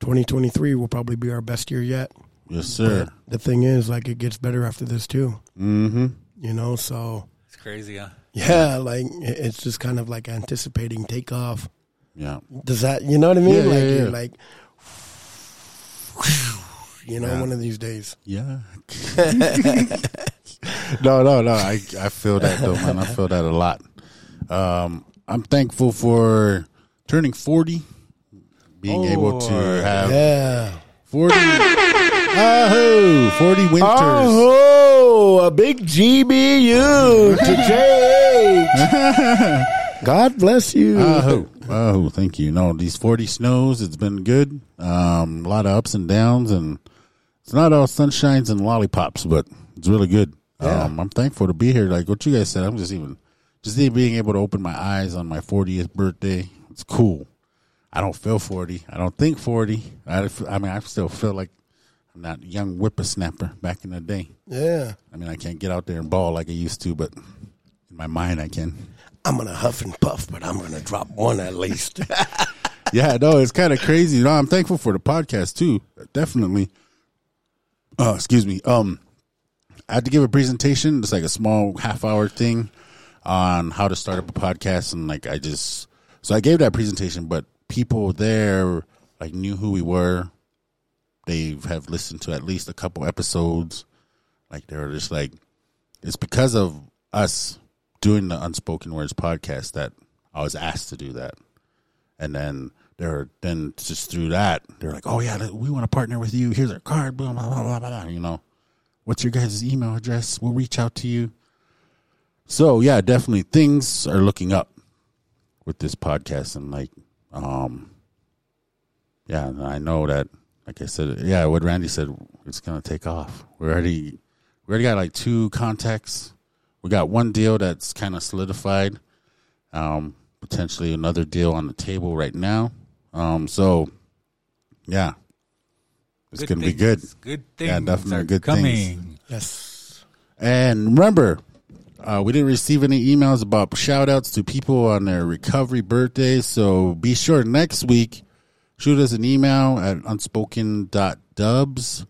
S5: 2023 will probably be our best year yet
S4: Yes, sir.
S5: the thing is, like, it gets better after this too.
S4: Mm-hmm.
S5: You know, so
S6: it's crazy huh
S5: yeah, like it- it's just kind of like anticipating takeoff.
S4: Yeah.
S5: Does that, you know what I mean?
S4: Yeah,
S5: like,
S4: yeah, yeah.
S5: you're like, you know,
S4: Yeah.
S5: one of these days.
S4: Yeah. no, no, no. I I feel that though, man. I feel that a lot. Um, I'm thankful for turning 40, being able to have
S5: Oh, Yeah.
S4: 40. Oh, 40 winters.
S5: Oh, a big GBU today. God bless you.
S4: Oh, oh, thank you. No, these 40 snows, it's been good. Um, a lot of ups and downs, and it's not all sunshines and lollipops, but it's really good. Um, I'm thankful to be here. Like what you guys said, I'm just even, just even being able to open my eyes on my 40th birthday. It's cool. I don't feel 40. I don't think 40. I, f- I mean, I still feel like I'm that young whippersnapper back in the day.
S5: yeah.
S4: I mean, I can't get out there and ball like I used to, but in my mind, I can.
S5: I'm going to huff and puff, but I'm going to drop one at least.
S4: yeah, no, it's kind of crazy. No, I'm thankful for the podcast too. Definitely. Uh, excuse me. Um, I had to give a presentation. It's like a small half hour thing on how to start up a podcast, and like I just so I gave that presentation, but people there like knew who we were. They have listened to at least a couple episodes. Like they were just like, it's because of us doing the Unspoken Words podcast that I was asked to do that and then they're then just through that they're like, oh yeah, we want to partner with you. Here's our card. Blah blah blah blah blah. You know, what's your guys' email address? We'll reach out to you. So yeah, definitely things are looking up with this podcast, and like, um, yeah, and I know that. Like I said, yeah, what Randy said, it's gonna take off. We already, we already got like two contacts. We got one deal that's kind of solidified. Um, potentially another deal on the table right now. Um, so yeah, it's
S6: Good
S4: gonna be good.
S6: things. Good
S4: yeah,
S6: things
S4: definitely
S6: are
S4: good things.
S6: coming.
S5: Yes.
S4: And remember, uh, we didn't receive any emails about shout outs to people on their recovery birthdays. So be sure next week, shoot us an email at unspoken.dubs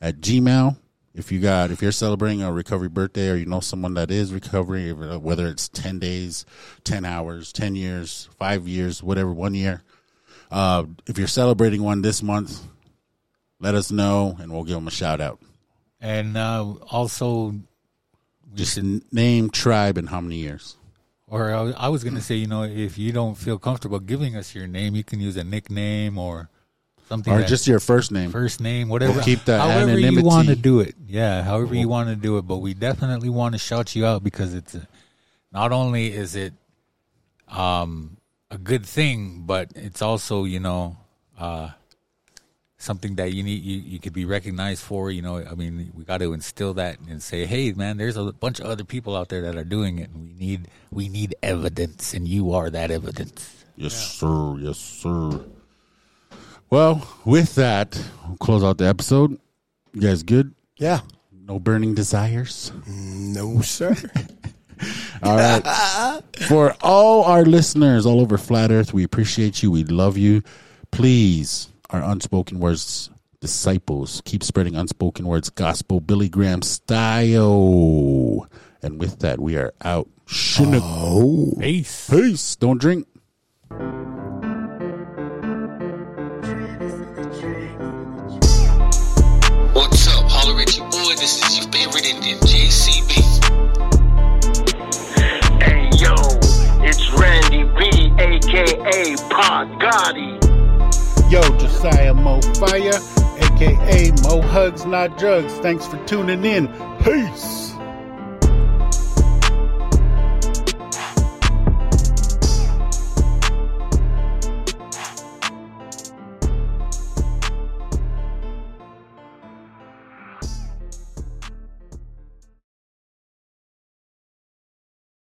S4: at gmail. If you got, if you're celebrating a recovery birthday or you know someone that is recovering, uh, whether it's 10 days, 10 hours, 10 years, five years, whatever, one year, uh, if you're celebrating one this month, let us know and we'll give them a shout out.
S6: And uh, also,
S4: Just n- name, tribe, and how many years.
S6: or I was- I was going to say, you know, if you don't feel comfortable giving us your name, you can use a nickname or something.
S4: Or
S6: that-
S4: just your first name.
S6: first name, whatever.
S4: We'll keep that
S6: however
S4: anonymity.
S6: you want to do it. Yeah, however you want to do it. But we definitely want to shout you out because it's a, not only is it um, a good thing, but it's also you know uh, something that you need you, you could be recognized for. You know, I mean, we got to instill that and say, hey, man, there's a bunch of other people out there that are doing it, and we need we need evidence, and you are that evidence.
S4: Yes, sir. Yes, sir. Well, with that, we'll close out the episode. You guys good?
S5: Yeah.
S4: No burning desires?
S5: No, sir.
S4: All right. For all our listeners all over Flat Earth, we appreciate you. We love you. Please, our unspoken words disciples, keep spreading unspoken words gospel, Billy Graham style. And with that, we are out. Chinook.
S6: Peace.
S4: Peace. Don't drink.
S2: What's up? Holler at your boy. This is your favorite Indian, JCB.
S10: Hey yo, it's Randy B, aka Pod Gotti.
S8: Yo, Josiah Mo Fire, aka Mo Hugs Not Drugs. Thanks for tuning in. Peace.